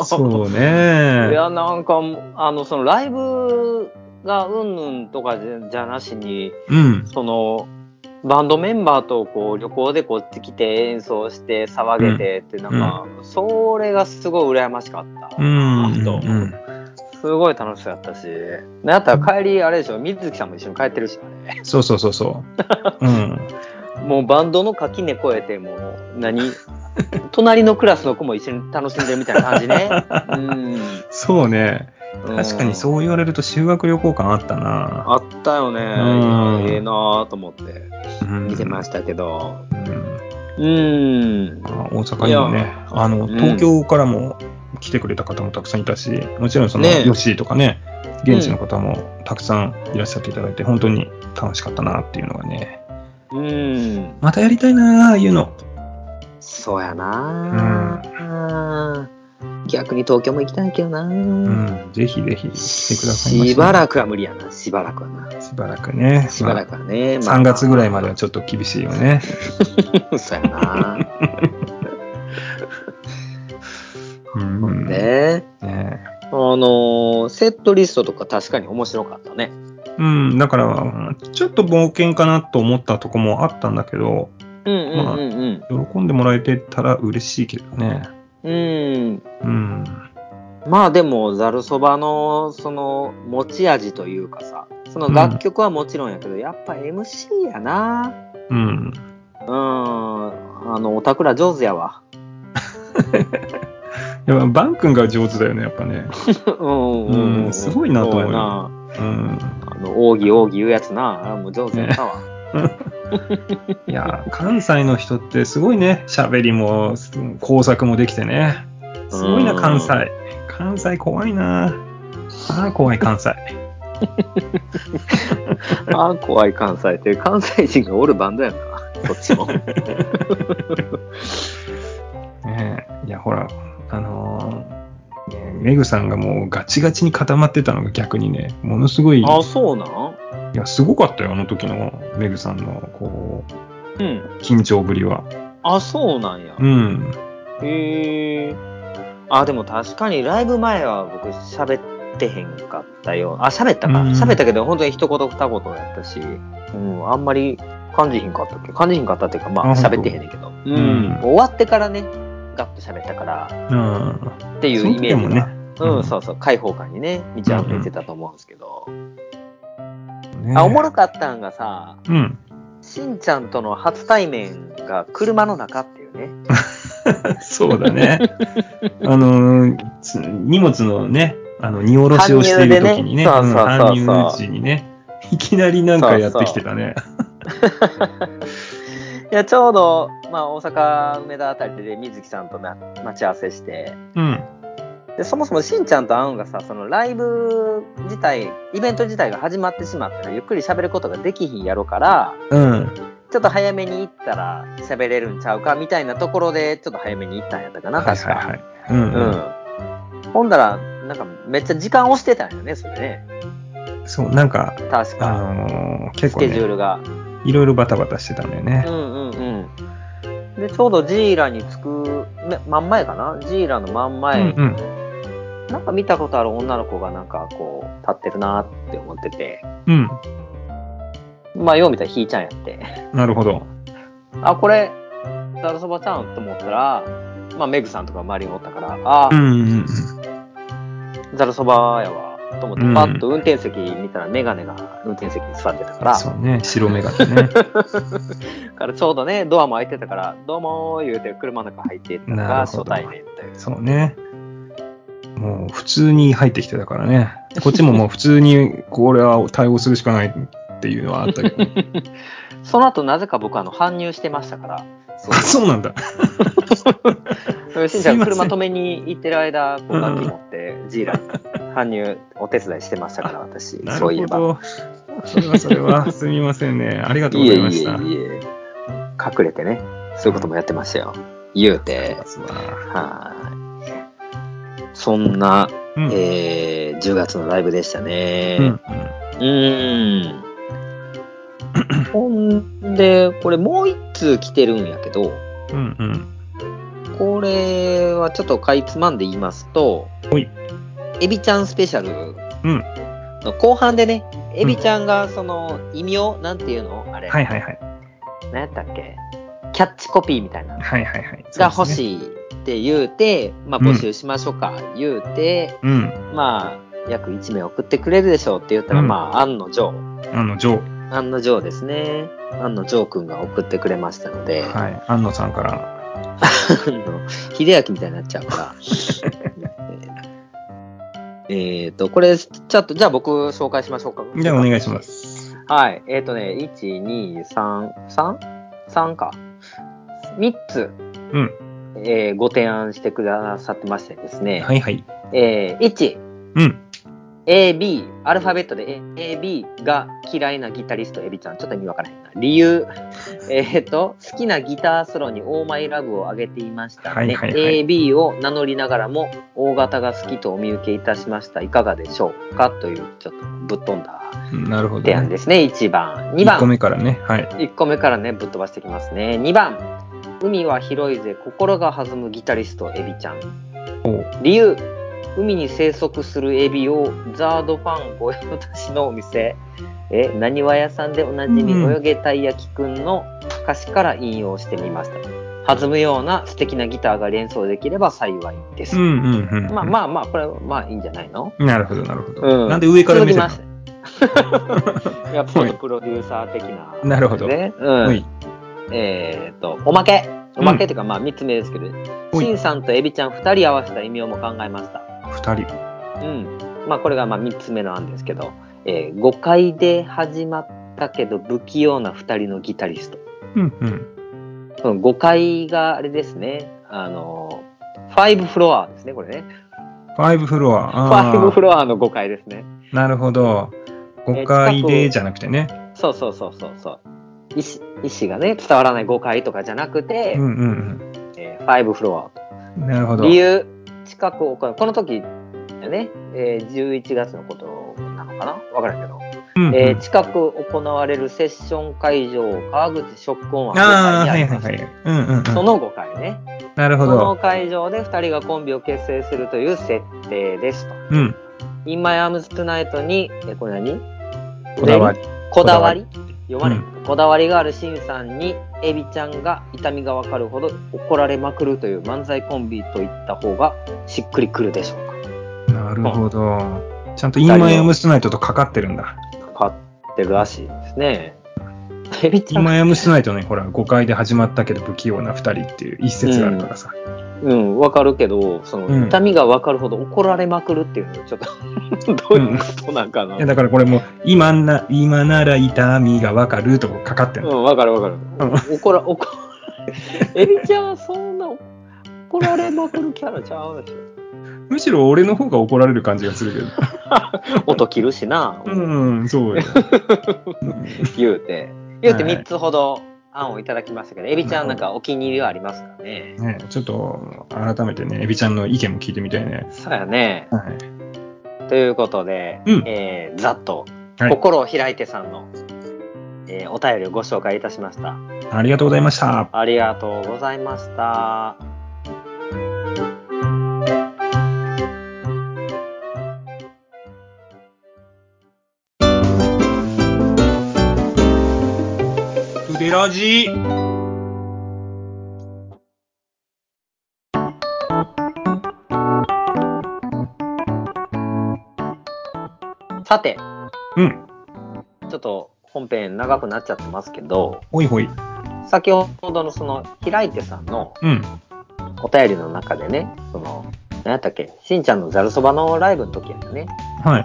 [SPEAKER 1] そう
[SPEAKER 2] い
[SPEAKER 1] ね。
[SPEAKER 2] や、なんか、あの、そのライブがうんぬんとかじゃじゃなしに、
[SPEAKER 1] うん。
[SPEAKER 2] その、バンドメンバーとこう旅行でこっち来て演奏して騒げてって、なんか、それがすごい羨ましかった。
[SPEAKER 1] うん。
[SPEAKER 2] あと
[SPEAKER 1] うん。
[SPEAKER 2] すごい楽しそうやったし、なんやったら帰り、あれでしょ、水木さんも一緒に帰ってるし、ね、
[SPEAKER 1] そうそうそうそう。うん。
[SPEAKER 2] もうバンドの垣根越えて、もう、 何隣のクラスの子も一緒に楽しんでるみたいな感 じね。
[SPEAKER 1] そうね。
[SPEAKER 2] うん、
[SPEAKER 1] 確かに
[SPEAKER 2] うん。
[SPEAKER 1] そう言われると修学旅行感あったな。
[SPEAKER 2] あったよね。い
[SPEAKER 1] うん
[SPEAKER 2] やええなぁと思って
[SPEAKER 1] うん
[SPEAKER 2] 見てましたけど。
[SPEAKER 1] うん
[SPEAKER 2] うん。
[SPEAKER 1] まあ大阪にも
[SPEAKER 2] い
[SPEAKER 1] ね、あの、
[SPEAKER 2] うん
[SPEAKER 1] 東京からも来てくれた方もたくさんいたし、もちろんその、
[SPEAKER 2] ねえ
[SPEAKER 1] ヨッシーとかね、現地の方もたくさんいらっしゃっていただいて、本当に楽しかったなっていうのがね、
[SPEAKER 2] うん。
[SPEAKER 1] またやりたいなああいうの。
[SPEAKER 2] そうやなぁ、逆に東京も行きたいけどなぁ、
[SPEAKER 1] うん、ぜひぜひ来てくださいま
[SPEAKER 2] し
[SPEAKER 1] し
[SPEAKER 2] ばらくは無理やな。しばらくはな。
[SPEAKER 1] く。しばらくね。
[SPEAKER 2] しばらくはね。
[SPEAKER 1] まあ3月ぐらいまで
[SPEAKER 2] は
[SPEAKER 1] はちょっと厳しいよね。
[SPEAKER 2] そうやな。
[SPEAKER 1] うん。ね
[SPEAKER 2] ね。
[SPEAKER 1] え
[SPEAKER 2] あのーセットリストとか確かに面白かったね。
[SPEAKER 1] うん、だから、ちょっと冒険かなと思ったとこもあったんだけど、
[SPEAKER 2] うんうんうんうん。
[SPEAKER 1] 喜んでもらえてたら嬉しいけどね。
[SPEAKER 2] うん。
[SPEAKER 1] うん。
[SPEAKER 2] まあでも、ざるそばの、その、持ち味というかさ、その楽曲はもちろんやけど、やっぱ MC やな。
[SPEAKER 1] うん。
[SPEAKER 2] うん。あの、おたくら上手やわ。
[SPEAKER 1] やっぱバン君が上手だよね、やっぱね。
[SPEAKER 2] うん
[SPEAKER 1] うんすごいなと思うよ
[SPEAKER 2] そやな
[SPEAKER 1] うん。
[SPEAKER 2] あの、奥義奥義言うやつな。あもう上手や ったわ。
[SPEAKER 1] いや、関西の人ってすごいね。喋りも、工作もできてね。すごいな、
[SPEAKER 2] うん
[SPEAKER 1] 関西。関西怖いな。ああ、怖い関西。
[SPEAKER 2] ああ、怖い関西って、関西人がおるバンドやな。こっちも。
[SPEAKER 1] ねえいや、ほら、あのーねメグさんがもうガチガチに固まってたのが逆にね、ものすごい、い
[SPEAKER 2] あ、そうなん
[SPEAKER 1] や、すごかったよ、あの時のメグさんの、こう、
[SPEAKER 2] うん。
[SPEAKER 1] 緊張ぶりは。
[SPEAKER 2] あ、そうなんや。
[SPEAKER 1] うん。
[SPEAKER 2] へえ。あ、でも確かにライブ前は僕喋ってへんかったよ。あ、喋ったか。
[SPEAKER 1] うん
[SPEAKER 2] 喋ったけど、本当に一言二言やったし、うん、あんまり感じひんかったっけ感じひんかったっていうか、ま
[SPEAKER 1] あ
[SPEAKER 2] あ
[SPEAKER 1] ほんと
[SPEAKER 2] 喋ってへんねんけど。うんん。終わってからね、ガッと喋ったから
[SPEAKER 1] うん。
[SPEAKER 2] っていうイメ
[SPEAKER 1] その時
[SPEAKER 2] ージ
[SPEAKER 1] もね
[SPEAKER 2] が。う、
[SPEAKER 1] うんん
[SPEAKER 2] そうそう、開放感にね、満ち溢れてたと思うんですけど。
[SPEAKER 1] ねえ
[SPEAKER 2] あ、おもろかったんがさ、
[SPEAKER 1] うん。
[SPEAKER 2] しんちゃんとの初対面が車の中っていうね。
[SPEAKER 1] そうだ ね。あのー、つ荷物のね、あの、荷下ろしをしている時にね、
[SPEAKER 2] 搬入でね
[SPEAKER 1] ん
[SPEAKER 2] そうそうそうそう
[SPEAKER 1] 搬入時にね、いきなりなんかやってきてたね。
[SPEAKER 2] いやちょうど、まあ、大阪梅田あたりで水木さんとな待ち合わせして
[SPEAKER 1] うん。
[SPEAKER 2] でそもそもしんちゃんと会うんがさそのライブ自体イベント自体が始まってしまってねゆっくり喋ることができひんやろから
[SPEAKER 1] うん。
[SPEAKER 2] ちょっと早めに行ったら喋れるんちゃうかみたいなところでちょっと早めに行ったんやったかな
[SPEAKER 1] はい
[SPEAKER 2] 確か、
[SPEAKER 1] はいはい。うん。
[SPEAKER 2] うんほんだらなんかめっちゃ時間押してたんよねそれね
[SPEAKER 1] そう、なんか、
[SPEAKER 2] 確
[SPEAKER 1] あ
[SPEAKER 2] か、
[SPEAKER 1] のー結
[SPEAKER 2] ス
[SPEAKER 1] 構
[SPEAKER 2] ケジュー
[SPEAKER 1] ね、
[SPEAKER 2] ルが
[SPEAKER 1] いろいろバタバタしてたんだよね
[SPEAKER 2] う。んうんうんでちょうどジーラに着くね真ん前かなジーラの真ん前に
[SPEAKER 1] うん
[SPEAKER 2] なんか見たことある女の子がなんかこう立ってるなって思ってて、
[SPEAKER 1] うん。
[SPEAKER 2] まあよう見たらひーちゃんやって、
[SPEAKER 1] うん。なるほど。
[SPEAKER 2] あ、これ、ざるそばちゃんと思ったら、まあメグさんとか周りにおったから、あ
[SPEAKER 1] う、んうん
[SPEAKER 2] ざるそばやわと思って
[SPEAKER 1] うん、
[SPEAKER 2] パッと運転席見たらメガネが運転席に座ってたか
[SPEAKER 1] うん。
[SPEAKER 2] ら、
[SPEAKER 1] そうね、白目がね。
[SPEAKER 2] からちょうどね、ドアも開いてたから、どうもー言うて車の中入っていったのが
[SPEAKER 1] なるほ
[SPEAKER 2] 初
[SPEAKER 1] ど
[SPEAKER 2] 対面という。
[SPEAKER 1] そうね。もう普通に入ってきてたからね。こっちももう普通にこれは対応するしかないっていうのはあったけ ど。
[SPEAKER 2] その後なぜか僕あの搬入してましたから、
[SPEAKER 1] あそうなんだ。
[SPEAKER 2] しんちゃんが
[SPEAKER 1] すいませ
[SPEAKER 2] 車
[SPEAKER 1] ん
[SPEAKER 2] 止めに行ってる間、こ
[SPEAKER 1] う
[SPEAKER 2] うん楽器持って、ジーラに搬入、お手伝いしてましたから、私、
[SPEAKER 1] な
[SPEAKER 2] そうい
[SPEAKER 1] る
[SPEAKER 2] え
[SPEAKER 1] ほ
[SPEAKER 2] ば。
[SPEAKER 1] ど。それはそれは、す みませんね。ありがとう
[SPEAKER 2] い
[SPEAKER 1] ござ
[SPEAKER 2] え
[SPEAKER 1] い
[SPEAKER 2] いえ
[SPEAKER 1] まし
[SPEAKER 2] い
[SPEAKER 1] た。
[SPEAKER 2] えいえ、隠れてね、そういうこともやってましたよ。言うて、
[SPEAKER 1] ますわ。
[SPEAKER 2] はい。そんな、
[SPEAKER 1] うん。
[SPEAKER 2] えー、10月のライブでしたね。
[SPEAKER 1] うん。
[SPEAKER 2] うーん。ほんで、これもう一通来てるんやけど、
[SPEAKER 1] うん。うん。
[SPEAKER 2] これはちょっとかいつまんで言いますと、
[SPEAKER 1] ほい
[SPEAKER 2] エビちゃんスペシャル
[SPEAKER 1] うん。
[SPEAKER 2] の後半でね、エビちゃんがその異名、なんていうのあれ、
[SPEAKER 1] はいはいはい。
[SPEAKER 2] 何やったっけキャッチコピーみたい
[SPEAKER 1] は
[SPEAKER 2] な。
[SPEAKER 1] いはいはい。
[SPEAKER 2] が欲
[SPEAKER 1] い。
[SPEAKER 2] しいって言うて、まあ募集しましょうか、言うて、
[SPEAKER 1] うん。
[SPEAKER 2] まあ約1名送ってくれるでしょうって言ったら、
[SPEAKER 1] うん
[SPEAKER 2] まあ案の定、
[SPEAKER 1] あの、ジョー。
[SPEAKER 2] 案の定ですね。案の定くんが送ってくれましたので、
[SPEAKER 1] はい。安野さんから。
[SPEAKER 2] あの、秀明みたいになっちゃ うから。えっと、これ、ちょっと、じゃあ僕紹介しましょうか。
[SPEAKER 1] じゃあお願いします。
[SPEAKER 2] はい。えっ、とね、1、2、3、3? 3か。3つ、
[SPEAKER 1] うん。
[SPEAKER 2] えーご提案してくださってましてですね。
[SPEAKER 1] はいはい。
[SPEAKER 2] えー、1、
[SPEAKER 1] うん。
[SPEAKER 2] AB、アルファベットで A- AB が嫌いなギタリスト、エビちゃん。ちょっと意味わからへんな。理由、えっと、好きなギターソロにオーマイラブをあげていましたね。
[SPEAKER 1] はいはいはい
[SPEAKER 2] AB を名乗りながらも、大型が好きとお見受けいたしました。いかがでしょうかという、ちょっとぶっ飛んだ
[SPEAKER 1] なるほど、
[SPEAKER 2] 提案
[SPEAKER 1] ね。
[SPEAKER 2] ですね。1番。2
[SPEAKER 1] 1
[SPEAKER 2] 番
[SPEAKER 1] 個。目からね。はい。
[SPEAKER 2] 1個目からねぶっ飛ばしてきますね2番海は広いぜ心が弾むギタリストエビちゃん
[SPEAKER 1] おう
[SPEAKER 2] 理由海に生息するエビをザードファン御用達のお店え何わ屋さんでおなじみ
[SPEAKER 1] うん
[SPEAKER 2] 泳げたい焼きくんの歌詞から引用してみました弾むような素敵なギターが連想できれば幸いです、
[SPEAKER 1] うんうんうん。
[SPEAKER 2] まあまあまあこれはまあいいんじゃないの
[SPEAKER 1] あ。なるほどなるほど。
[SPEAKER 2] うん
[SPEAKER 1] なんで上から見せるの
[SPEAKER 2] 続きまして やっぱりプロデューサー的な、
[SPEAKER 1] なるほど
[SPEAKER 2] ね、うん、
[SPEAKER 1] はい。
[SPEAKER 2] えーっと、おまけ。おまけっていうか、まあ、3つ目ですけど、
[SPEAKER 1] ほい
[SPEAKER 2] シンさんとエビちゃん2人合わせた異名も考えました。
[SPEAKER 1] 二人。
[SPEAKER 2] うん。まあ、これがまあ3つ目の案ですけど、えー、5回で始まったけど、不器用な2人のギタリスト。
[SPEAKER 1] うんうん。
[SPEAKER 2] その5回があれですね、あのー、5フロアですね、これね。
[SPEAKER 1] ファイブフロア。あ
[SPEAKER 2] 5フ
[SPEAKER 1] ー
[SPEAKER 2] ロアの5回ですね。
[SPEAKER 1] なるほど。5
[SPEAKER 2] え
[SPEAKER 1] 回
[SPEAKER 2] 近く
[SPEAKER 1] でじゃなくてね。
[SPEAKER 2] そうそうそうそうそう。意思意思がね、伝わらない5回とかじゃなくて、
[SPEAKER 1] うんうん
[SPEAKER 2] えー、5フロア
[SPEAKER 1] うん。なるほど。
[SPEAKER 2] 理由近くをこのこの時だね、えー11月のことなのかな分からんけど、
[SPEAKER 1] うんうん
[SPEAKER 2] えー近く行われるセッション会場川口ショックオン
[SPEAKER 1] ああ、
[SPEAKER 2] に
[SPEAKER 1] は
[SPEAKER 2] あ
[SPEAKER 1] い
[SPEAKER 2] り
[SPEAKER 1] は
[SPEAKER 2] ま
[SPEAKER 1] い
[SPEAKER 2] した
[SPEAKER 1] はい。うんうん、うん。
[SPEAKER 2] その5回ね
[SPEAKER 1] なるほ
[SPEAKER 2] その
[SPEAKER 1] ど。
[SPEAKER 2] 会場で2人がコンビを結成するという設定ですと
[SPEAKER 1] うん。
[SPEAKER 2] 「In My Arms Tonight に」えこれ何
[SPEAKER 1] こだわり。
[SPEAKER 2] こだわり読まれ、
[SPEAKER 1] うん
[SPEAKER 2] こだわりがあるシンさんにエビちゃんが痛みがわかるほど怒られまくるという漫才コンビといった方がしっくりくるでしょうか
[SPEAKER 1] なるほど。ちゃんとインマイアムストナイトとかかってるんだ。
[SPEAKER 2] 買ってるらしいですね。 エビち
[SPEAKER 1] イ
[SPEAKER 2] ゃ
[SPEAKER 1] ンマ
[SPEAKER 2] ん、
[SPEAKER 1] イアムストナイトね、ほら、5回で始まったけど不器用な2人っていう一節があるからさ。
[SPEAKER 2] うん、わかるけど、その、
[SPEAKER 1] うん
[SPEAKER 2] 痛みがわかるほど怒られまくるっていうのはちょっと、 どういうことなんかな。
[SPEAKER 1] いやだからこれも、今な、今なら痛みがわかるとこかかってる
[SPEAKER 2] う
[SPEAKER 1] の。
[SPEAKER 2] ん、わかるわかる。怒ら、 怒ら、エビちゃんはそんな怒られまくるキャラちゃうでしょ。
[SPEAKER 1] むしろ俺の方が怒られる感じがするけど。
[SPEAKER 2] 音切るしな、
[SPEAKER 1] うん、そう よ。
[SPEAKER 2] 言うて。言うて
[SPEAKER 1] はい
[SPEAKER 2] 3つほど案をいただきましたけど、エビちゃんなんかお気に入りはありますかね。
[SPEAKER 1] ね、ちょっと、改めてね、エビちゃんの意見も聞いてみたいね。
[SPEAKER 2] そうやね。
[SPEAKER 1] はい。
[SPEAKER 2] ということで、
[SPEAKER 1] うん
[SPEAKER 2] えーざっと、
[SPEAKER 1] はい
[SPEAKER 2] 心を開いてさんの、えーお便りをご紹介いたしました。
[SPEAKER 1] ありがとうございました。
[SPEAKER 2] ありがとうございました。
[SPEAKER 1] 腕ラジ
[SPEAKER 2] さて、
[SPEAKER 1] うん。
[SPEAKER 2] ちょっと本編長くなっちゃってますけど、
[SPEAKER 1] ほいほい。
[SPEAKER 2] 先ほどのその開いてさんの
[SPEAKER 1] うん。
[SPEAKER 2] お便りの中でね、その、何やったっけ、しんちゃんのざるそばのライブの時やったね、
[SPEAKER 1] は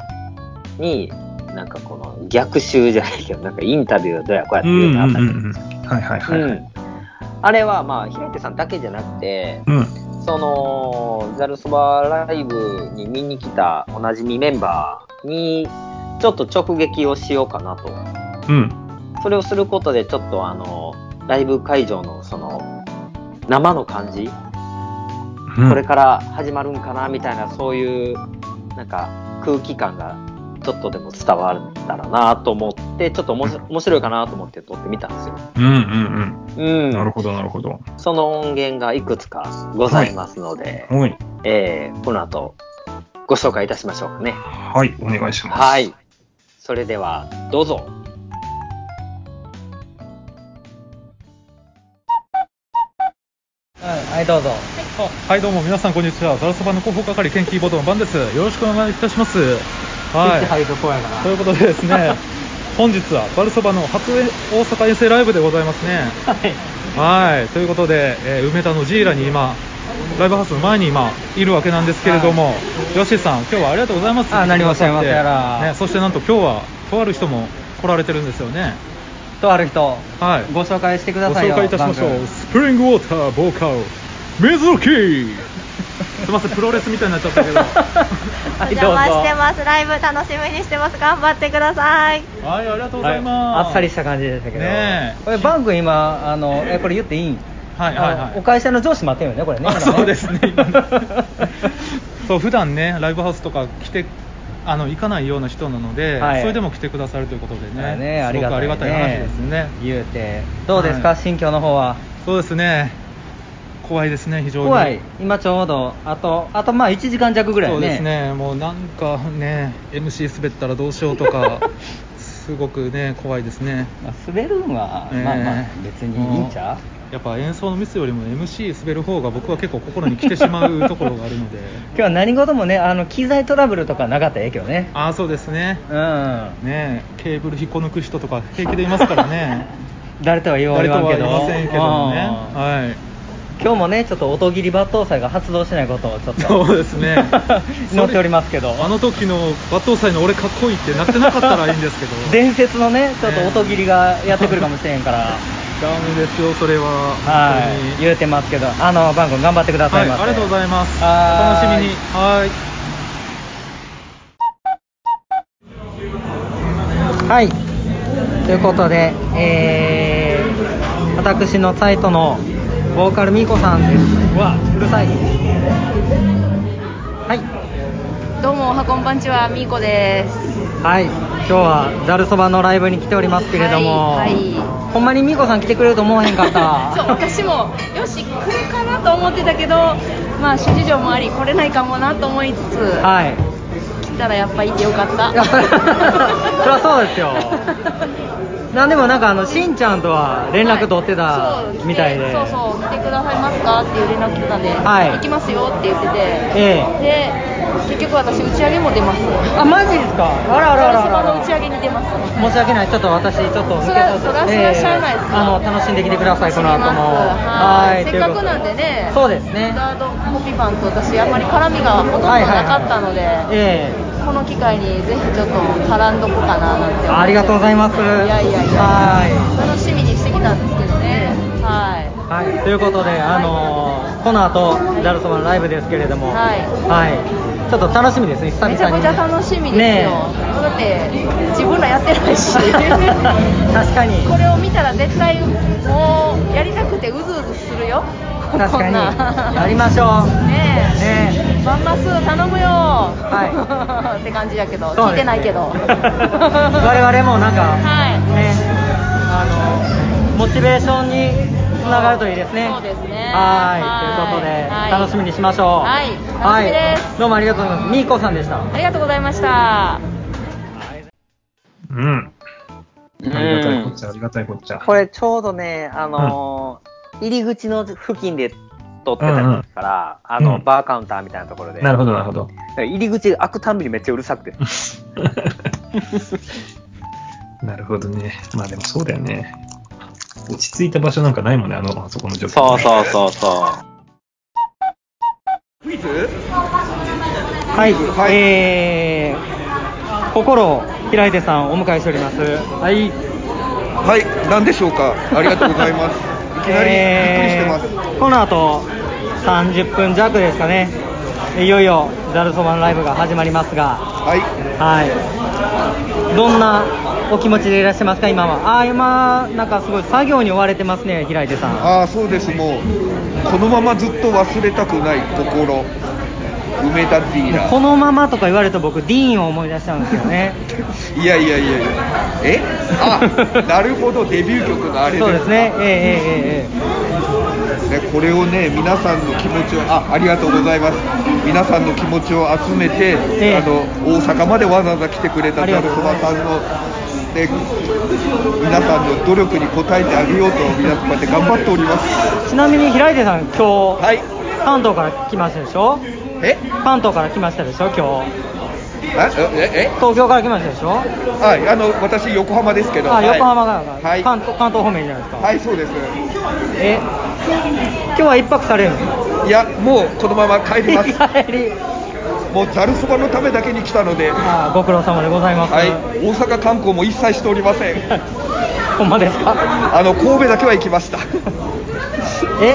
[SPEAKER 1] い。
[SPEAKER 2] に、なんかこの逆襲じゃないけど、なんかインタビューどうやこうやっ
[SPEAKER 1] う
[SPEAKER 2] て
[SPEAKER 1] ん
[SPEAKER 2] 言
[SPEAKER 1] う
[SPEAKER 2] うんのあ
[SPEAKER 1] うん
[SPEAKER 2] った
[SPEAKER 1] う
[SPEAKER 2] じゃない
[SPEAKER 1] ん。はいはいはい。
[SPEAKER 2] うん、あれはまあ平手さんだけじゃなくて
[SPEAKER 1] うん。
[SPEAKER 2] そのざるそばライブに見に来たおなじみメンバーにちょっと直撃をしようかなと
[SPEAKER 1] うん。
[SPEAKER 2] それをすることでちょっとあのライブ会場のその
[SPEAKER 3] 生の感じ、
[SPEAKER 4] うん
[SPEAKER 3] これから始まるんかなみたいなそういうなんか空気感がちょっとでも伝わったらなと思ってちょっとおもし面白いかなと思って撮ってみたんですよ。
[SPEAKER 4] うんうんう
[SPEAKER 3] う、
[SPEAKER 4] んん。なるほど、なるほど。
[SPEAKER 3] その音源がいくつかございますので、
[SPEAKER 4] はい。
[SPEAKER 3] えーこの後ご紹介いたしましょうかね。
[SPEAKER 4] はい、お願いします。
[SPEAKER 3] はい。それではどうぞ。はい、どうぞ。
[SPEAKER 1] あはいどうも皆さんこんにちはザラそばの広報係研究ボードのバンですよろしくお願いいたしますはい
[SPEAKER 3] るとこや か
[SPEAKER 1] ということでです ね本日はバルそばの初大阪遠征ライブでございますねはいということで、えー梅田のジーラに今ライブハウスの前に今いるわけなんですけれども、ヨッシーさん今日はありがとうございます
[SPEAKER 2] あ何をおっしゃいます
[SPEAKER 1] 来てくださっ
[SPEAKER 2] や
[SPEAKER 1] て
[SPEAKER 2] ら
[SPEAKER 1] ね、そしてなんと今日はとある人も来られてるんですよね
[SPEAKER 2] とある人、
[SPEAKER 1] はい
[SPEAKER 2] ご紹介してく
[SPEAKER 1] ご
[SPEAKER 2] ださい
[SPEAKER 1] 紹
[SPEAKER 2] よ
[SPEAKER 1] 介いたしましょ
[SPEAKER 2] 番
[SPEAKER 1] うスプリングウォーターボーカル水 木すいませんプロレスみたいになっちゃったけどは
[SPEAKER 5] お 邪魔してます。ライブ楽しみにしてます。頑張ってください。
[SPEAKER 1] いありがとう
[SPEAKER 2] 組
[SPEAKER 1] ございます、
[SPEAKER 2] あっさりした感じでしたけど、
[SPEAKER 1] ねえ
[SPEAKER 2] これバン君今あのえこれ言っていいん
[SPEAKER 1] はいはい
[SPEAKER 2] あ
[SPEAKER 1] は
[SPEAKER 2] の
[SPEAKER 1] い
[SPEAKER 2] お会社の上司待ってるよねこれね
[SPEAKER 1] あ
[SPEAKER 2] 今ね
[SPEAKER 1] そうです ね そう普段ねライブハウスとか来てあの行かないような人なので、
[SPEAKER 2] はい
[SPEAKER 1] それでも来てくださるということで
[SPEAKER 2] は
[SPEAKER 1] ね
[SPEAKER 2] いねあり
[SPEAKER 1] すご
[SPEAKER 2] が
[SPEAKER 1] くありがた
[SPEAKER 2] た
[SPEAKER 1] い
[SPEAKER 2] い
[SPEAKER 1] 話
[SPEAKER 2] ね
[SPEAKER 1] ですね
[SPEAKER 2] 言うてどうですか、
[SPEAKER 1] はい
[SPEAKER 2] 心境の方は
[SPEAKER 1] そうですね怖いですね非常に
[SPEAKER 2] 怖い今ちょうどあとあとまあ1時間弱ぐらい
[SPEAKER 1] そう
[SPEAKER 2] ね
[SPEAKER 1] ですねもうなんかね MC 滑ったらどうしようと かすごくね怖いですね
[SPEAKER 2] まあ滑るんは、
[SPEAKER 1] ええ
[SPEAKER 2] まあまあ別にいいんちゃう
[SPEAKER 1] やっぱ演奏のミスよりも MC 滑る方が僕は結構心に来てしまうところがあるので
[SPEAKER 2] 今日は何事もねあの機材トラブルとかなかったらええけどね
[SPEAKER 1] ああそうですね
[SPEAKER 2] うん
[SPEAKER 1] ねえケーブル引っこ抜く人とか平気でいますからね
[SPEAKER 2] 誰とは言わ
[SPEAKER 1] 誰
[SPEAKER 2] れ
[SPEAKER 1] とは
[SPEAKER 2] わんけ
[SPEAKER 1] 言い
[SPEAKER 2] ど
[SPEAKER 1] ませんけどもね
[SPEAKER 2] うん
[SPEAKER 1] はい
[SPEAKER 2] 今日もね、ちょっと音切り抜刀祭が発動しないことをちょっと、
[SPEAKER 1] そうです ね
[SPEAKER 2] 祈っておりますけど、
[SPEAKER 1] あの時の抜刀祭の俺かっこいいってなってなかったらいいんですけど
[SPEAKER 2] 伝説のね、ちょっと音切りがやってくるかもしれんから、
[SPEAKER 1] ダメですよそれは
[SPEAKER 2] はい、
[SPEAKER 1] 本
[SPEAKER 2] 言うてますけど、あの、バン君、頑張ってくだ
[SPEAKER 1] 当
[SPEAKER 2] さい
[SPEAKER 1] に
[SPEAKER 2] ま
[SPEAKER 1] はい
[SPEAKER 2] せ、
[SPEAKER 1] ありがとうございますお
[SPEAKER 2] は
[SPEAKER 1] 楽
[SPEAKER 2] ーい
[SPEAKER 1] しみにはい
[SPEAKER 2] はい、ということで、えー、私のサイトのボーカルみーこさんです。わ、うるさい。はい、
[SPEAKER 6] どうもおはこんばんちはみーこです
[SPEAKER 2] はい、今日はざるそばのライブに来ておりますけれども、
[SPEAKER 6] はいは
[SPEAKER 2] ほんまにみーこさん来てくれると思わへんかった。
[SPEAKER 6] そう私もよし来るかなと思ってたけどまあ諸事情もあり来れないかもなと思いつつ、
[SPEAKER 2] はい。
[SPEAKER 6] 来たらやっぱいてよかった
[SPEAKER 2] い やそれそりゃそうです よなんでもなんかあのしんちゃんとは連絡取ってた
[SPEAKER 6] はいそう
[SPEAKER 2] みたいで、
[SPEAKER 6] 来てそうそう来てくださいますかっていう連絡来てたんで、
[SPEAKER 2] はい
[SPEAKER 6] 行きますよって言ってて
[SPEAKER 2] ええ
[SPEAKER 6] で結局私打ち上げも出ます
[SPEAKER 2] あマジですかあらあらあらあ
[SPEAKER 6] お客様の
[SPEAKER 2] ら
[SPEAKER 6] 打ち上げに出ます
[SPEAKER 2] 申し訳ないちょっと私ちょっと抜け
[SPEAKER 6] そ
[SPEAKER 2] た
[SPEAKER 6] らそらそらしゃあないですわ
[SPEAKER 2] あの楽しんできてくださいこの後も
[SPEAKER 6] はい
[SPEAKER 2] と
[SPEAKER 6] せ
[SPEAKER 2] い
[SPEAKER 6] っ
[SPEAKER 2] うこと
[SPEAKER 6] かくなんでね
[SPEAKER 2] そうですね
[SPEAKER 6] スタードコピパンと私あんまり絡みがほとんどなかったので、
[SPEAKER 2] え
[SPEAKER 6] この機会にぜひちょっと絡んどこうかななんて思っ
[SPEAKER 2] え
[SPEAKER 6] て
[SPEAKER 2] ありがとうございます
[SPEAKER 6] いやいやいや
[SPEAKER 2] は
[SPEAKER 6] 楽しみにしてきたんですけどねは
[SPEAKER 2] い
[SPEAKER 6] い
[SPEAKER 2] はいということであのーこの後ダルソマのライブですけれども
[SPEAKER 6] はい
[SPEAKER 2] はいちょっと楽しみですね久々に
[SPEAKER 6] めちゃくちゃ楽しみです
[SPEAKER 2] ね
[SPEAKER 6] よ、だって自分らやってな いし
[SPEAKER 2] え確かに
[SPEAKER 6] これを見たら絶対もうやりたくてうずうずするよ
[SPEAKER 2] 確かに
[SPEAKER 6] こんな
[SPEAKER 2] やりましょう
[SPEAKER 6] ねえ
[SPEAKER 2] ね
[SPEAKER 6] まんますー頼むよ、
[SPEAKER 2] は
[SPEAKER 6] って感じやけど、
[SPEAKER 2] え
[SPEAKER 6] 聞いてない けど
[SPEAKER 2] 我々もなんか
[SPEAKER 6] は
[SPEAKER 2] ねあのモチベーションにつながるといいですね
[SPEAKER 6] そうですね
[SPEAKER 2] はい
[SPEAKER 6] はい
[SPEAKER 2] ということで、
[SPEAKER 6] はい
[SPEAKER 2] 楽しみにしましょう
[SPEAKER 6] はい楽しみです
[SPEAKER 2] はいどうもありがとうございますみーこさんでした
[SPEAKER 6] いありがとうございました
[SPEAKER 4] うん。ありがたいこっちゃ、ありがたいこっちゃ。
[SPEAKER 3] これちょうどね、あのー入り口の付近で撮ってたから、あの、
[SPEAKER 4] うん
[SPEAKER 3] バーカウンターみたいなところで、
[SPEAKER 4] なるほど、なるほど。
[SPEAKER 3] 入り口開くたんびにめっちゃうるさくて、
[SPEAKER 4] なるほどね。まあでもそうだよね。落ち着いた場所なんかないもんね、あの、あそこの状況。
[SPEAKER 3] そうそうそうそう。
[SPEAKER 2] はい、えー、心を平出さんお迎えしておりますはい
[SPEAKER 7] はい、なんでしょうか。ありがとうござい ます。いきなりびっくりしてます。
[SPEAKER 2] えーこの後30分弱ですかねいよいよざるそばのライブが始まりますが
[SPEAKER 7] はい、
[SPEAKER 2] はい。どんなお気持ちでいらっしゃいますか、今は。ああ、今、なんかすごい作業に追われてますね、平出さん。
[SPEAKER 7] ああ、そうです。もうこのままずっと忘れたくない心梅田ディーラ
[SPEAKER 8] このままとか言われると僕ディーンを思い出しちゃうんですよ ね
[SPEAKER 7] ーいやいやいやいやえ あなるほどデビュー曲のあれ
[SPEAKER 8] そうですねええええええ
[SPEAKER 7] ね、これをね皆さんの気持ちをあありがとうございます皆さんの気持ちを集めて、
[SPEAKER 8] ええ
[SPEAKER 7] あの大阪までわざわざ来てくれたざ
[SPEAKER 8] あり
[SPEAKER 7] る
[SPEAKER 8] が
[SPEAKER 7] そ
[SPEAKER 8] とうご
[SPEAKER 7] ば
[SPEAKER 8] ざいます
[SPEAKER 7] さんの、ね、皆さんの努力に応えてあげようと皆さんこうやって頑張っております
[SPEAKER 8] ちなみに平出さん今日、
[SPEAKER 7] はい
[SPEAKER 8] 関東から来ましたでしょ
[SPEAKER 7] え
[SPEAKER 8] 関東から来ましたでしょ今日
[SPEAKER 7] あえええ
[SPEAKER 8] 東京から来ましたでしょ
[SPEAKER 7] はいあの私横浜ですけど
[SPEAKER 8] あ
[SPEAKER 7] はい
[SPEAKER 8] 横浜からか、
[SPEAKER 7] はい
[SPEAKER 8] 関東関東方面じゃないですか、
[SPEAKER 7] はいそうです
[SPEAKER 8] え今日は一泊されるの
[SPEAKER 7] いやもうこのまま帰ります
[SPEAKER 8] 帰り
[SPEAKER 7] もうざるそばのためだけに来たのでは
[SPEAKER 8] あーご苦労様でございます、
[SPEAKER 7] い大阪観光も一切しておりません
[SPEAKER 8] ほんまですか
[SPEAKER 7] あの神戸だけは行きました
[SPEAKER 8] え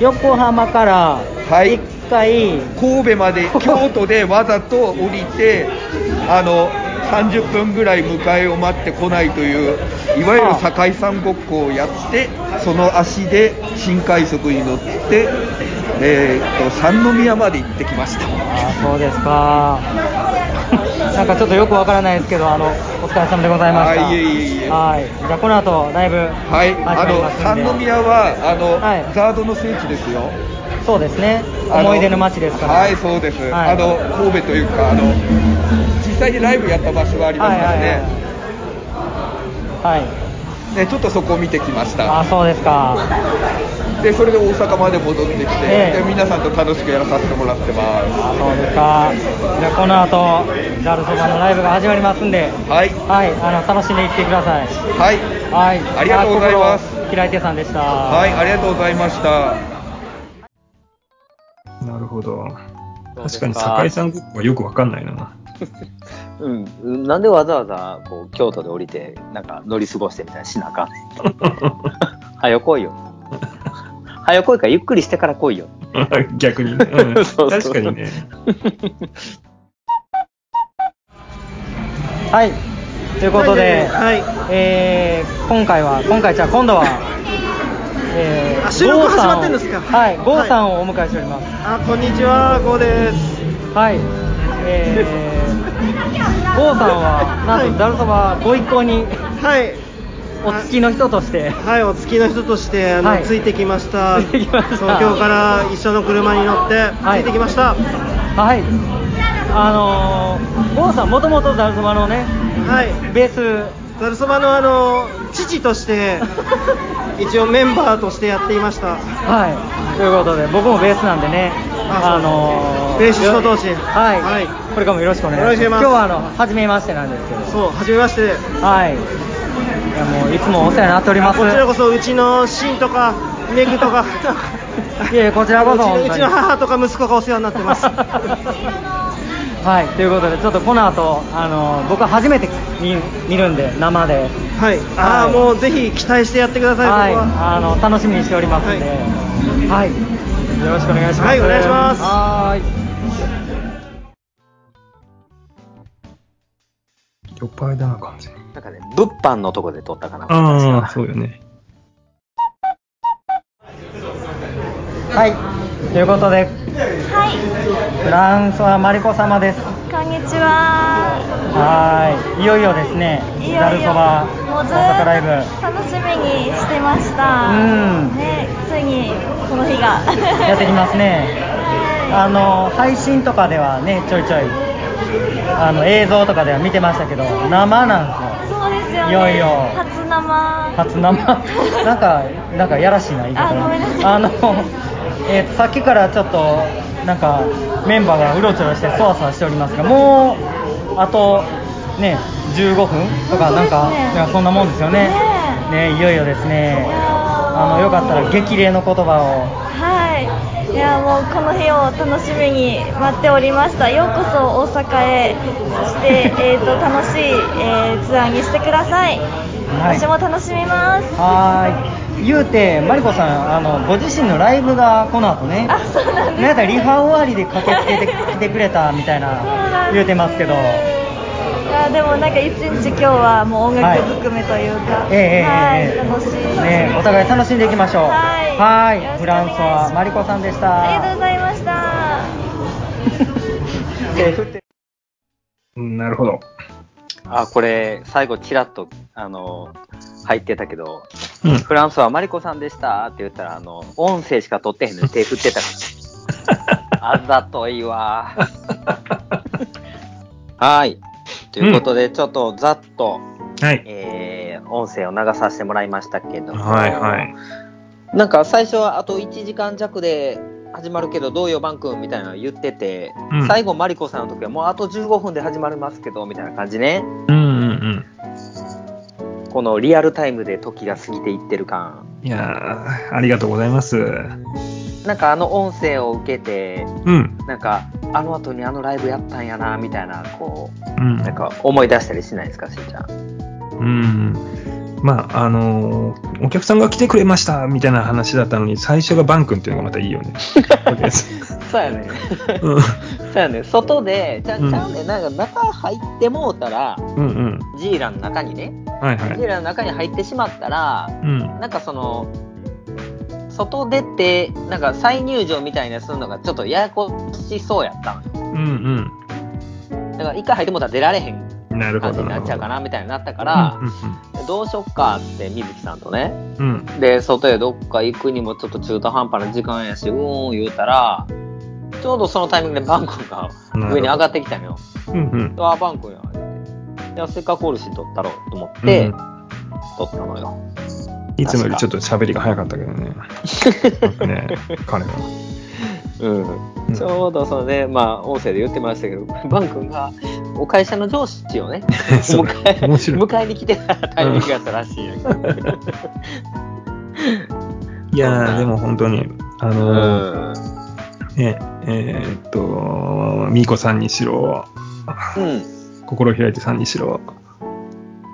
[SPEAKER 8] 横浜から
[SPEAKER 7] はい
[SPEAKER 8] 一回、
[SPEAKER 7] 神戸まで京都でわざと降りてあの30分ぐらい迎えを待ってこないといういわゆる堺山ごっこをやってその足で新快速に乗って、えーと三宮まで行ってきました
[SPEAKER 8] あーそうですか なんかちょっとよくわからないですけどあのお疲れ様でございました
[SPEAKER 7] はいいえいえいえ
[SPEAKER 8] はいじゃあこの後ライブ
[SPEAKER 7] はい
[SPEAKER 8] 始ま
[SPEAKER 7] あ
[SPEAKER 8] り
[SPEAKER 7] の
[SPEAKER 8] ますんで、
[SPEAKER 7] 三宮はあの、
[SPEAKER 8] はい
[SPEAKER 7] ザードの聖地ですよ
[SPEAKER 8] そうですね
[SPEAKER 7] あの
[SPEAKER 8] 思い出の街ですから
[SPEAKER 7] はいそうです、
[SPEAKER 8] はい
[SPEAKER 7] あの神戸というかあの実際にライブやった場所がありますからね、
[SPEAKER 8] はいはいはい、はい
[SPEAKER 7] ねちょっとそこを見てきました
[SPEAKER 8] あそうですか
[SPEAKER 7] でそれで大阪まで戻ってきて、
[SPEAKER 8] ええ
[SPEAKER 7] で皆さんと楽しくやらさせてもらってま
[SPEAKER 8] あそうですかじゃあこの後ザルそばのライブが始まりますんです
[SPEAKER 7] はい
[SPEAKER 8] はいあの楽しんでいってください
[SPEAKER 7] はい
[SPEAKER 8] はい
[SPEAKER 7] ありがとうございます
[SPEAKER 8] あ心平井手さんでした
[SPEAKER 7] はいありがとうございました
[SPEAKER 1] なるほど。
[SPEAKER 2] どうで
[SPEAKER 1] 確
[SPEAKER 2] す
[SPEAKER 1] かに、堺さんごっこはよくわかんないな。
[SPEAKER 2] うん。なんでわざわざ、こう、京都で降りて、なんか乗り過ごしてみたいなしなあかんねんと。はよ来いよ。はよ来いから、ゆっくりしてから来いよ。
[SPEAKER 1] 逆にね。うん
[SPEAKER 2] そうそう
[SPEAKER 1] 確かにね。
[SPEAKER 8] はいということで、
[SPEAKER 9] はい
[SPEAKER 8] えー今回は今回じゃあ今度は、え
[SPEAKER 9] あ収録
[SPEAKER 8] 郷さ
[SPEAKER 9] 始まってんですか
[SPEAKER 8] はい
[SPEAKER 9] はい
[SPEAKER 8] 郷さんをお迎えしております
[SPEAKER 9] あこんにちはゴーです
[SPEAKER 8] はい、えー、郷さんはなん
[SPEAKER 9] は
[SPEAKER 8] と
[SPEAKER 9] い
[SPEAKER 8] ざるそばご一行に
[SPEAKER 9] はい
[SPEAKER 8] お付きの人として
[SPEAKER 9] はいお付きの人としてあの、
[SPEAKER 8] はい
[SPEAKER 9] ついてきました
[SPEAKER 8] ついてきました
[SPEAKER 9] 東京から一緒の車に乗って、
[SPEAKER 8] はい
[SPEAKER 9] ついてきました
[SPEAKER 8] はいあのー、郷さんもともとざるそばのね
[SPEAKER 9] はい
[SPEAKER 8] ベース
[SPEAKER 9] ざるそばのあの父として一応メンバーとしてやっていました
[SPEAKER 8] はいということで僕もベースなんでね
[SPEAKER 9] あ
[SPEAKER 8] あのー、
[SPEAKER 9] ベーシスト同士
[SPEAKER 8] はい、
[SPEAKER 9] はい
[SPEAKER 8] これからもよろしくお願いし
[SPEAKER 9] お
[SPEAKER 8] ます
[SPEAKER 9] 願いします
[SPEAKER 8] 今日はあの初めましてなんですけど
[SPEAKER 9] そう初めまして
[SPEAKER 8] はい。いやもういつもお世話になっております。
[SPEAKER 9] こちらこそうちのシンとかメグとか
[SPEAKER 8] いやいやこちらこそう本当
[SPEAKER 9] ちの
[SPEAKER 8] に
[SPEAKER 9] うちの母とか息子がお世話になってます
[SPEAKER 8] はい、ということで、ちょっとこの後、あの僕は初めて見見るんで、生で、
[SPEAKER 9] はい、あ
[SPEAKER 8] は
[SPEAKER 9] あ
[SPEAKER 8] い
[SPEAKER 9] もうぜひ期待してやってください、
[SPEAKER 8] はい、
[SPEAKER 9] そこは
[SPEAKER 8] あの楽しみにしておりますんで、
[SPEAKER 9] は
[SPEAKER 8] はい、よろしくお願いします。
[SPEAKER 9] はいお願いします
[SPEAKER 8] はーい。
[SPEAKER 1] 酔っ払いだな、完全に。
[SPEAKER 2] なんかね、物販のとこで撮ったかな。
[SPEAKER 1] あ あ、そうよね。
[SPEAKER 8] はい、ということで、
[SPEAKER 10] は
[SPEAKER 8] フランスはマリコ様です。
[SPEAKER 10] い、こんにちは。
[SPEAKER 8] はーい、いよいよですね、
[SPEAKER 10] いよいよ
[SPEAKER 8] ざるそば
[SPEAKER 10] もう
[SPEAKER 8] 大
[SPEAKER 10] ず
[SPEAKER 8] 阪ライブ。
[SPEAKER 10] ーっと楽しみにしてました。
[SPEAKER 8] うん
[SPEAKER 10] ね、ついにこの日が
[SPEAKER 8] やってきますね。
[SPEAKER 10] は
[SPEAKER 8] あの配信とかではねちょいちょいあの映像とかでは見てましたけど生なん
[SPEAKER 10] い
[SPEAKER 8] ですよ
[SPEAKER 10] そうですよね。
[SPEAKER 8] いよいよ
[SPEAKER 10] 初生。
[SPEAKER 8] 初 生なんかなんかやらしいな言い方
[SPEAKER 10] あごめんなさい
[SPEAKER 8] あの、えーとさっきからちょっとなんかメンバーがうろちょろしてそわそわしておりますがもうあとね15分とか
[SPEAKER 10] 本当ですね
[SPEAKER 8] なんか、いやそんなもんですよね
[SPEAKER 10] ね
[SPEAKER 8] ねいよいよですね
[SPEAKER 10] いやー
[SPEAKER 8] あのよかったら激励の言葉
[SPEAKER 10] はい。いやもうこの日を楽しみに待っておりました。ようこそ大阪へ、そして えっと楽しい、えーツアーにしてください。
[SPEAKER 8] い
[SPEAKER 10] 私も楽しみます。
[SPEAKER 8] をはーい言うてマリコさんあのご自身のライブがこの後ね
[SPEAKER 10] あ、そうなんです。
[SPEAKER 8] なんかリハ終わりで駆けつけてきてくれたみたいな言うてますけど、
[SPEAKER 10] いややーでもなんか一日今日はもう音楽含めというか、
[SPEAKER 8] ええええ
[SPEAKER 10] はい、
[SPEAKER 8] ええ
[SPEAKER 10] 楽しい一日
[SPEAKER 8] ね、お互い楽しんでいきましょう。
[SPEAKER 10] はい
[SPEAKER 8] はい
[SPEAKER 10] よろしく
[SPEAKER 8] フ
[SPEAKER 10] お願
[SPEAKER 8] ラ
[SPEAKER 10] いしま
[SPEAKER 8] ン
[SPEAKER 10] す
[SPEAKER 8] スはマリコさんでした。
[SPEAKER 10] ありがとうございました。
[SPEAKER 8] 手振って
[SPEAKER 1] うんなるほど。
[SPEAKER 2] あ、これ、最後、ちらっと、あの、入ってたけど、
[SPEAKER 1] うん。
[SPEAKER 2] フランスはマリコさんでしたって言ったら、あの、音声しか撮ってへんのに手振って たから。あざといわ。 はい。ということで、ちょっとざっと、
[SPEAKER 1] はい。
[SPEAKER 2] えー、音声を流させてもらいましたけども
[SPEAKER 1] はいはい。
[SPEAKER 2] なんか最初はあと1時間弱で始まるけどどうよバン君みたいなの言ってて、
[SPEAKER 1] うん
[SPEAKER 2] 最後マリコさんの時はもうあと15分で始まりますけどみたいな感じね
[SPEAKER 1] うんうんうん。
[SPEAKER 2] このリアルタイムで時が過ぎていってる感
[SPEAKER 1] いやーありがとうございます。う
[SPEAKER 2] なんかあの音声を受けて
[SPEAKER 1] ん。
[SPEAKER 2] なんかあの後にあのライブやったんやなみたいなこ
[SPEAKER 1] う
[SPEAKER 2] うんなんか思い出したりしないですかしんちゃん
[SPEAKER 1] うん。まあ、あのーお客さんが来てくれましたみたいな話だったのに、最初がバン君っていうのがまたいいよね。
[SPEAKER 2] そうやね
[SPEAKER 1] うん
[SPEAKER 2] そうやね外でちゃ
[SPEAKER 1] うん
[SPEAKER 2] んちゃんねなんか中入ってもうたら
[SPEAKER 1] うんうん。
[SPEAKER 2] ジーラの中にね
[SPEAKER 1] はいは
[SPEAKER 2] ジー
[SPEAKER 1] い。
[SPEAKER 2] ラの中に入ってしまったら
[SPEAKER 1] うん。
[SPEAKER 2] なんかその外出てなんか再入場みたいなするのがちょっとややこしそうやったのよ
[SPEAKER 1] うん
[SPEAKER 2] だから一回入ってもうたら出られへん
[SPEAKER 1] うん。なるほ
[SPEAKER 2] 感じ
[SPEAKER 1] ど。
[SPEAKER 2] になっちゃうか
[SPEAKER 1] なる
[SPEAKER 2] なみたいになったか
[SPEAKER 1] ほ
[SPEAKER 2] ら、
[SPEAKER 1] ど。
[SPEAKER 2] どうしよっかって水木さんとね
[SPEAKER 1] うんうんうん。
[SPEAKER 2] で外へどっか行くにもちょっと中途半端な時間やしうーん言うたらちょうどそのタイミングでバンコンが上に上がってきたのよ
[SPEAKER 1] うんうん。
[SPEAKER 2] あバンコンやっていやせっかくおるし取ったろうと思って、
[SPEAKER 1] うん
[SPEAKER 2] 取ったのよ
[SPEAKER 1] いつもよりちょっと喋りが早かったけどね。なんかね、彼は。
[SPEAKER 2] うん、ちょうどそのね、まあ、音声で言ってましたけど、バン君がお会社の上司をね、
[SPEAKER 1] そう
[SPEAKER 2] 迎え
[SPEAKER 1] 面白い
[SPEAKER 2] 迎えに来てたタイミングやったらしいんやけど、
[SPEAKER 1] いやー、でも本当に、あ
[SPEAKER 2] う
[SPEAKER 1] のー
[SPEAKER 2] ん
[SPEAKER 1] ね、えーっと、ミーコさんにしろ、
[SPEAKER 2] うん
[SPEAKER 1] 心開いてさんにしろ、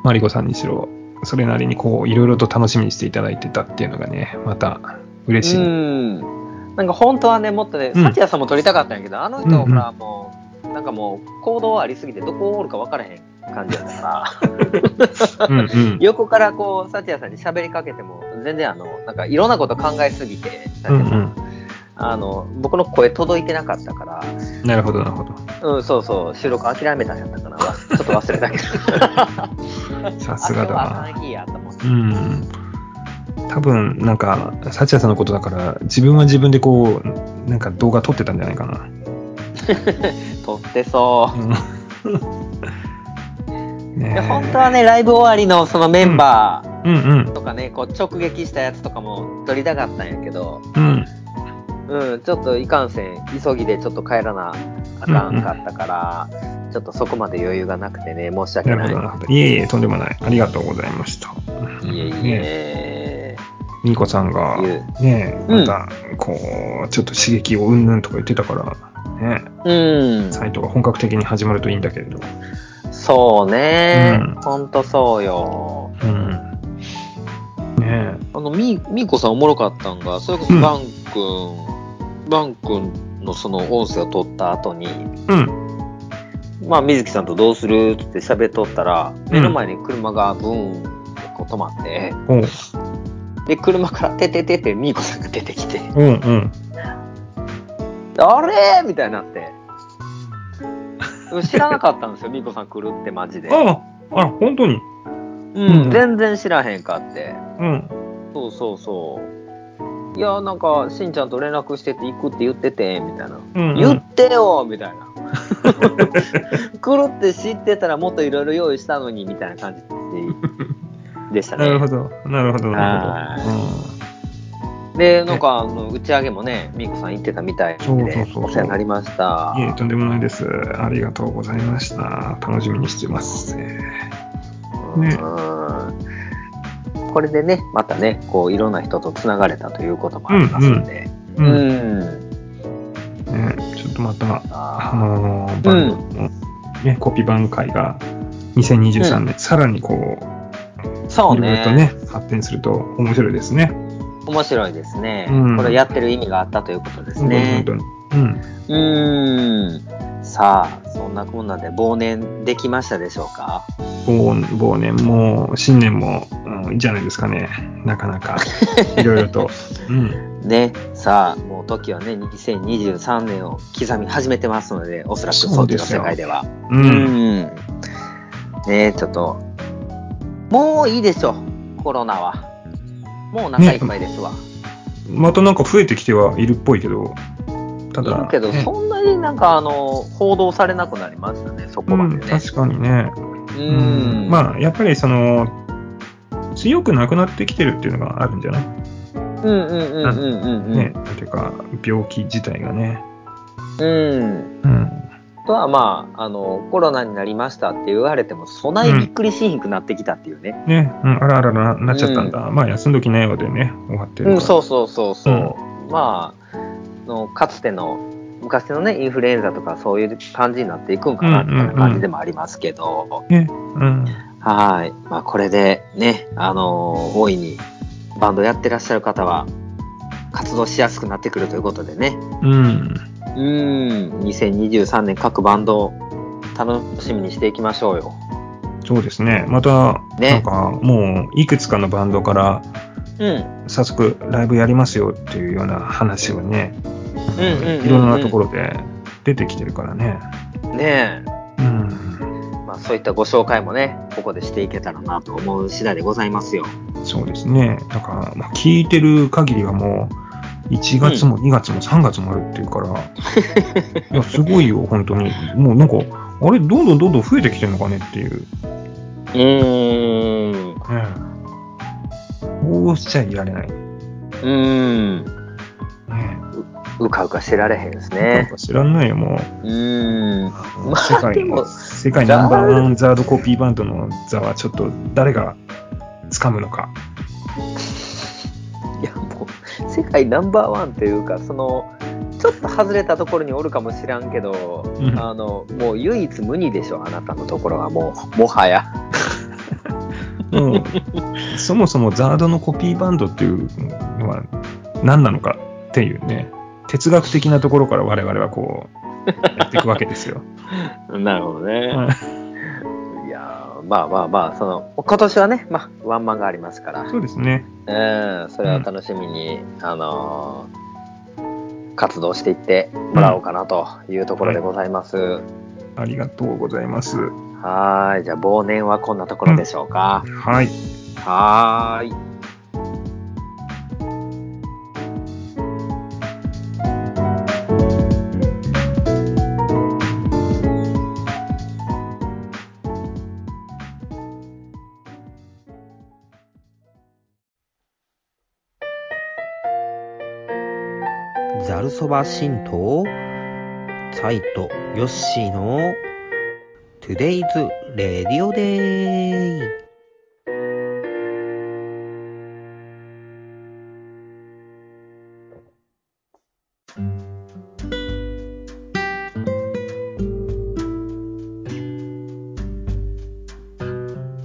[SPEAKER 1] マリコさんにしろ、それなりにこう、いろいろと楽しみにしていただいてたっていうのがね、また嬉しい。
[SPEAKER 2] うん、なんか本当はね、もっとね、
[SPEAKER 1] うん
[SPEAKER 2] サチヤさんも撮りたかったんやけど、あの人、
[SPEAKER 1] うんうん
[SPEAKER 2] ほら、もう、なんかもう、行動ありすぎて、どこおるか分からへん感じやったから、
[SPEAKER 1] うんうん。
[SPEAKER 2] 横からこう、サチヤさんに喋りかけても、全然、あの、なんかいろんなこと考えすぎて、サ
[SPEAKER 1] う
[SPEAKER 2] チ
[SPEAKER 1] ん
[SPEAKER 2] ヤさん
[SPEAKER 1] う
[SPEAKER 2] あの僕の声届いてなかったから、
[SPEAKER 1] ん。なるほど、なるほど。
[SPEAKER 2] うん、そうそう、収録諦めたんやったかな。ちょっと忘れたけど。
[SPEAKER 1] さすがだ
[SPEAKER 2] あ今日
[SPEAKER 1] な
[SPEAKER 2] はあかん日やと思って。
[SPEAKER 1] うん。多分、なんか、サチヤさんのことだから、自分は自分でこう、なんか動画撮ってたんじゃないかな。
[SPEAKER 2] 撮ってそう。
[SPEAKER 1] ね
[SPEAKER 2] い
[SPEAKER 1] え
[SPEAKER 2] や本当はね、ライブ終わりのそのメンバ
[SPEAKER 1] うんうん
[SPEAKER 2] ーとかね、こう直撃したやつとかも撮りたかったんやけど、
[SPEAKER 1] うん
[SPEAKER 2] うん、ちょっといかんせん、急ぎでちょっと帰らなあかんかったから、ちょっとそこまで余裕がなくてね、申し訳
[SPEAKER 1] なるほ
[SPEAKER 2] ない。
[SPEAKER 1] どなるほどいえいえとんでもないありがとうございました
[SPEAKER 2] いえい
[SPEAKER 1] ね
[SPEAKER 2] え。
[SPEAKER 1] みーこさんが
[SPEAKER 2] いえ
[SPEAKER 1] ね
[SPEAKER 2] う
[SPEAKER 1] ま
[SPEAKER 2] ん
[SPEAKER 1] たこうちょっと刺激をうんぬんとか言ってたからね
[SPEAKER 2] うん、
[SPEAKER 1] サイトが本格的に始まるといいんだけれど
[SPEAKER 2] そうね
[SPEAKER 1] うん。
[SPEAKER 2] ほんとそうよ。
[SPEAKER 1] うんね
[SPEAKER 2] あの、み、みーこさんおもろかったんが、それこそ
[SPEAKER 1] うん
[SPEAKER 2] バン君、バン君のその音声を取った後に、
[SPEAKER 1] えうん
[SPEAKER 2] まあ、水木さんとどうするって喋っとったら、目の前に車がブーンってこう止まって、
[SPEAKER 1] おう
[SPEAKER 2] で、車からててててみーこさんが出てきて、
[SPEAKER 1] うんうん
[SPEAKER 2] あれみたいになって。知らなかったんですよ、みーこさん来るってマジで。
[SPEAKER 1] あああ本当に
[SPEAKER 2] うん、全然知らへんかって。
[SPEAKER 1] うん
[SPEAKER 2] そうそうそう。いや、なんか、しんちゃんと連絡してて行くって言ってて、みたいな。
[SPEAKER 1] うんうん
[SPEAKER 2] 言ってよみたいな。来るって知ってたらもっといろいろ用意したのに、みたいな感じでした
[SPEAKER 1] なるほ
[SPEAKER 2] ね。
[SPEAKER 1] どなるほどなるほど
[SPEAKER 2] で、なんか、あの打ち上げもね、みーこさん行ってたみたいで、
[SPEAKER 1] そうそうそう
[SPEAKER 2] お世話になりました
[SPEAKER 1] うん。いえいえとんでもないですありがとうございました楽しみにしてますねね
[SPEAKER 2] うんこれでね、またね、こう、いろんな人と繋がれたということもありますんで。
[SPEAKER 1] うん
[SPEAKER 2] うん
[SPEAKER 1] ね、ちょっとまた、
[SPEAKER 2] あ
[SPEAKER 1] あ
[SPEAKER 2] ー
[SPEAKER 1] のーバンドの、ねコピー版会が2023年、さらにこう、
[SPEAKER 2] そう
[SPEAKER 1] いろいろ
[SPEAKER 2] ね
[SPEAKER 1] とね、発展すると面白いですね。
[SPEAKER 2] 面白いですね、
[SPEAKER 1] うん
[SPEAKER 2] これやってる意味があったということですね
[SPEAKER 1] 本当に本当に。うん。
[SPEAKER 2] うーんさあ、そんなこんなで忘年できましたでしょうか
[SPEAKER 1] 忘忘年も新年も、うん、いいじゃないですかね、なかな か、いろいろと。うん、
[SPEAKER 2] ね、さあ、もう時はね、2023年を刻み始めてますので、おそらくそっちの世界では。
[SPEAKER 1] う、
[SPEAKER 2] うんん。ねえ、ちょっと、もういいでしょ、コロナは。もうお腹いっぱいですわ。
[SPEAKER 1] またなんか増えてきてはいるっぽいけど、た
[SPEAKER 2] い
[SPEAKER 1] だ、
[SPEAKER 2] るけど、
[SPEAKER 1] ね
[SPEAKER 2] そんなになんか、あの、報道されなくなりましたね、そこま
[SPEAKER 1] うん、
[SPEAKER 2] でね。
[SPEAKER 1] 確かにね。
[SPEAKER 2] う。
[SPEAKER 1] うん
[SPEAKER 2] あ、
[SPEAKER 1] まあ、やっぱりその、強くなくなってきてるっていうのがあるんじゃない、
[SPEAKER 2] うんうんうんうんうんうん。
[SPEAKER 1] ね、なんていうか、病気自体がね。
[SPEAKER 2] うん。
[SPEAKER 1] うん。
[SPEAKER 2] あとはまあ、あの、コロナになりましたって言われても、そないびっくりしひんくなってきたっていうね。
[SPEAKER 1] ね、うん、あらあらななっちゃったんだ。まあ、休んどきなよでね、終わって
[SPEAKER 2] う
[SPEAKER 1] る
[SPEAKER 2] ん、
[SPEAKER 1] から。
[SPEAKER 2] そうそうそうそう。まあの、かつての、昔のね、インフルエンザとかそういう感じになっていくんかな
[SPEAKER 1] う
[SPEAKER 2] っ
[SPEAKER 1] ん
[SPEAKER 2] て
[SPEAKER 1] うんうん
[SPEAKER 2] 感じでもありますけど、
[SPEAKER 1] ね、うん。
[SPEAKER 2] はい。まあ、これでね、あの大いにバンドやってらっしゃる方は、活動しやすくなってくるということでね、
[SPEAKER 1] うん。
[SPEAKER 2] うん、2023年各バンド、楽しみにしていきましょうよ。
[SPEAKER 1] そうですね。また、
[SPEAKER 2] ね
[SPEAKER 1] なんか、もう、いくつかのバンドから、
[SPEAKER 2] うん。
[SPEAKER 1] 早速、ライブやりますよっていうような話をね、
[SPEAKER 2] うんうんうんうん
[SPEAKER 1] いろんなところで出てきてるからね。
[SPEAKER 2] ね
[SPEAKER 1] うん。
[SPEAKER 2] え、まあ、そういったご紹介もね、ここでしていけたらなと思う次第でございますよ。
[SPEAKER 1] そうですね。だから、まあ、聞いてる限りはもう、1月も2月も3月もあるっていう から、いや、すごいよ、本当に。もうなんか、あれ、どんどんどんどん増えてきてるのかねっていう。ね
[SPEAKER 2] うーん。う
[SPEAKER 1] こうしちゃいられない。ね
[SPEAKER 2] ーん。うかうかしてられへんです
[SPEAKER 1] なん
[SPEAKER 2] ね。
[SPEAKER 1] か知らんないよ、も
[SPEAKER 2] うーん。
[SPEAKER 1] う。
[SPEAKER 2] まあ
[SPEAKER 1] 世界
[SPEAKER 2] でも
[SPEAKER 1] の、世界ナンバーワンザードコピーバンドの座は、ちょっと誰が掴むのか。
[SPEAKER 2] いや、もう、世界ナンバーワンっていうか、その、ちょっと外れたところにおるかもしらんけど、
[SPEAKER 1] うん
[SPEAKER 2] あの、もう唯一無二でしょ、あなたのところはもう、もはや。
[SPEAKER 1] もう、そもそもザードのコピーバンドっていうのは何なのかっていうね、哲学的なところから我々はこう、やっていくわけですよ。
[SPEAKER 2] なるほど ね
[SPEAKER 1] うん
[SPEAKER 2] いやーまあまあまあ、その、今年はね、まあ、ワンマンがありますから、
[SPEAKER 1] そうですね。
[SPEAKER 2] うん、それは楽しみに、あのー活動していってもらおうかなというところでございます。
[SPEAKER 1] ありがとうございます。
[SPEAKER 2] はーい、じゃあ忘年はこんなところでしょうか。
[SPEAKER 1] はい。
[SPEAKER 2] はーい。
[SPEAKER 11] ザルそば神道サイトヨッシーの Today's Radio Day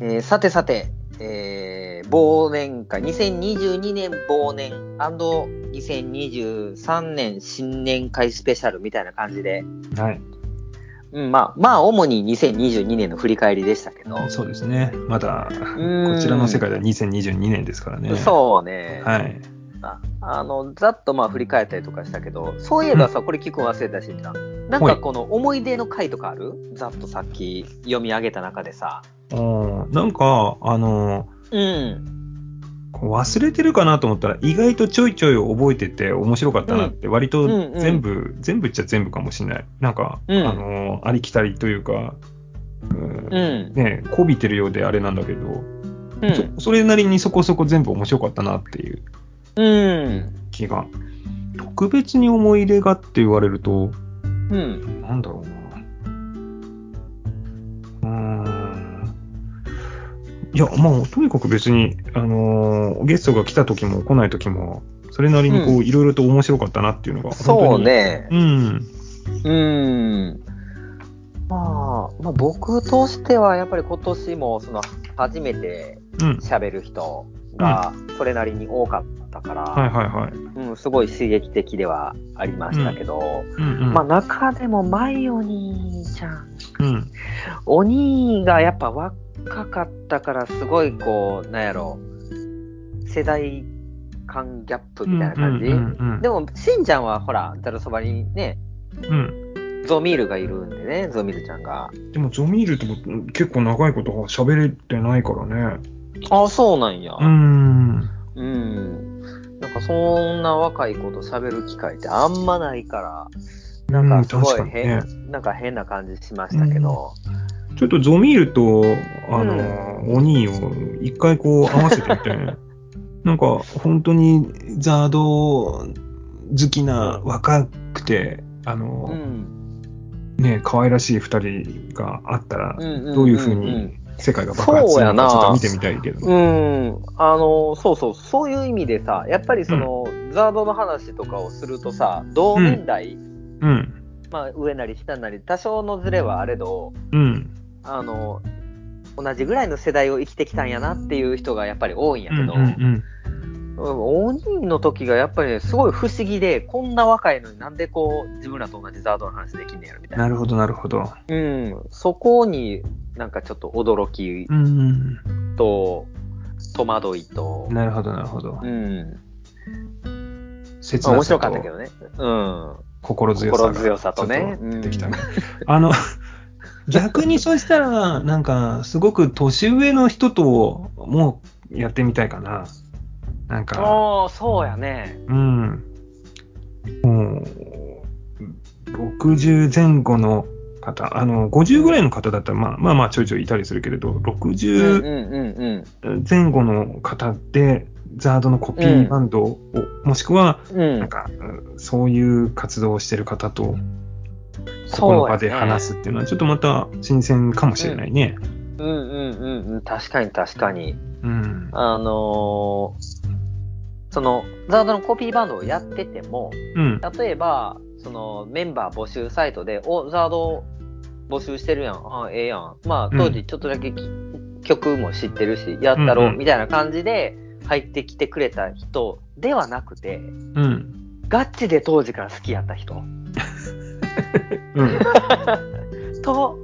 [SPEAKER 2] えーさてさて、えー忘年会、2022年忘年 &2023 年新年会スペシャルみたいな感じで、
[SPEAKER 1] はい。
[SPEAKER 2] うん、まあ、まあ、主に2022年の振り返りでしたけど、
[SPEAKER 1] そうですね。まだ、こ
[SPEAKER 2] ん
[SPEAKER 1] ちらの世界では2022年ですからね。
[SPEAKER 2] そうね、
[SPEAKER 1] はい。
[SPEAKER 2] ああの、ざっとまあ振り返ったりとかしたけど、そういえばさ、これ聞くの忘れたしな、なん
[SPEAKER 1] は
[SPEAKER 2] か
[SPEAKER 1] い
[SPEAKER 2] この思い出の回とかあるざっとさっき読み上げた中でさ。
[SPEAKER 1] おーなんか、あの、
[SPEAKER 2] うん。
[SPEAKER 1] こう忘れてるかなと思ったら意外とちょいちょい覚えてて面白かったなって、割と
[SPEAKER 2] うんうん
[SPEAKER 1] 全部、全部っちゃ全部かもしれないなんか、
[SPEAKER 2] うん
[SPEAKER 1] あのーありきたりというか、うん
[SPEAKER 2] うん。
[SPEAKER 1] ねこびてるようであれなんだけど、
[SPEAKER 2] うん。
[SPEAKER 1] そそれなりにそこそこ全部面白かったなっていう
[SPEAKER 2] うん。
[SPEAKER 1] 気が特別に思い入れがって言われると
[SPEAKER 2] うん。
[SPEAKER 1] なんだろうな。うーん。いや、まあ、とにかく別に、あのーゲストが来た時も来ない時も、それなりにこう、いろいろと面白かったなっていうのが、
[SPEAKER 2] そう
[SPEAKER 1] 本当に。
[SPEAKER 2] ね。
[SPEAKER 1] うん。
[SPEAKER 2] うん。まあ、まあ、僕としては、やっぱり今年も、その、初めて
[SPEAKER 1] うん。
[SPEAKER 2] 喋る人が、それなりに多かったったから、
[SPEAKER 12] はいはいはい。
[SPEAKER 2] うん、すごい刺激的ではありましたけど、
[SPEAKER 12] うんうん。
[SPEAKER 2] まあ中でもマイお兄ちゃん、
[SPEAKER 12] うん。
[SPEAKER 2] お兄がやっぱ若かったからすごいこう、なんやろ、世代間ギャップみたいな感じ。
[SPEAKER 12] うんうんうん
[SPEAKER 2] でも、しんちゃんはほら、ざるそばにね、
[SPEAKER 12] うん。
[SPEAKER 2] ゾミールがいるんでね、ゾミールちゃんが。
[SPEAKER 1] でも、ジョミールって結構長いこと喋れてないからね。
[SPEAKER 2] あ、そうなんや。
[SPEAKER 1] うーん。
[SPEAKER 2] うん。なんかそんな若い子と喋る機会ってあんまないから、なんかすご
[SPEAKER 1] うん確か
[SPEAKER 2] い
[SPEAKER 1] に
[SPEAKER 2] 変、
[SPEAKER 1] ね
[SPEAKER 2] なんか変な感じしましたけど、
[SPEAKER 1] ちょっとゾミールと、あの、お兄を一回こう合わせてみて、 なんか本当にザード好きな若くて、あ
[SPEAKER 2] う
[SPEAKER 1] の、
[SPEAKER 2] ん。
[SPEAKER 1] ね、可愛らしい二人があったら、
[SPEAKER 2] んんん
[SPEAKER 1] どういうふうに世界が爆発するのかちょっと見てみたいけど。
[SPEAKER 2] うん、あの、そうそう、そういう意味でさ、やっぱりその、ザードの話とかをするとさ、同年代、
[SPEAKER 1] うん。
[SPEAKER 2] まあ上なり下なり、多少のズレはあれど、
[SPEAKER 1] うん。
[SPEAKER 2] あの、同じぐらいの世代を生きてきたんやなっていう人がやっぱり多いんや
[SPEAKER 1] う
[SPEAKER 2] け
[SPEAKER 1] ん。
[SPEAKER 2] ど、
[SPEAKER 1] うん。
[SPEAKER 2] お兄の時がやっぱりね、すごい不思議で、こんな若いのになんでこう、自分らと同じザードの話できんねやろみたいな。
[SPEAKER 1] なるほど、なるほど。
[SPEAKER 2] うん、そこになんかちょっと驚き
[SPEAKER 1] うん。
[SPEAKER 2] と、戸惑いと、
[SPEAKER 1] なるほど、なるほど
[SPEAKER 2] う。ん。
[SPEAKER 1] 切
[SPEAKER 2] まあ
[SPEAKER 1] なさ
[SPEAKER 2] 面白かったけ
[SPEAKER 1] と
[SPEAKER 2] どね。うん。
[SPEAKER 1] 心強さ
[SPEAKER 2] 心
[SPEAKER 1] が
[SPEAKER 2] 強さとね。
[SPEAKER 1] ちょっ出てきた
[SPEAKER 2] うん
[SPEAKER 1] ね。 あの、逆にそうしたら、なんか、すごく年上の人ともやってみたいかな。なんか、
[SPEAKER 2] おー、そうやね。
[SPEAKER 1] うん。もう、60前後の方、あの、50ぐらいの方だったら、まあまあまあちょいちょいいたりするけれど、
[SPEAKER 2] うんうん
[SPEAKER 1] 60
[SPEAKER 2] うんうん。
[SPEAKER 1] 前後の方で、ザードのコピーバンドを、もしくは、
[SPEAKER 2] うん、
[SPEAKER 1] なんか、うんそういう活動をしてる方と、ここの場で話
[SPEAKER 2] す。
[SPEAKER 1] すっていうのは、ちょっとまた新鮮かもしれないね。
[SPEAKER 2] うんうんうんうん、確かに確かに。
[SPEAKER 1] うん。
[SPEAKER 2] あのーその、ザードのコピーバンドをやってても、
[SPEAKER 1] うん。
[SPEAKER 2] 例えば、そのメンバー募集サイトで、お、ザード募集してるやん、あ、ええやん。まあ、当時ちょっとだけき、曲も知ってるし、やった
[SPEAKER 1] う
[SPEAKER 2] ろ、
[SPEAKER 1] んうん
[SPEAKER 2] みたいな感じで入ってきてくれた人ではなくて、
[SPEAKER 1] うん。
[SPEAKER 2] ガチで当時から好きやった人
[SPEAKER 1] うん。
[SPEAKER 2] と、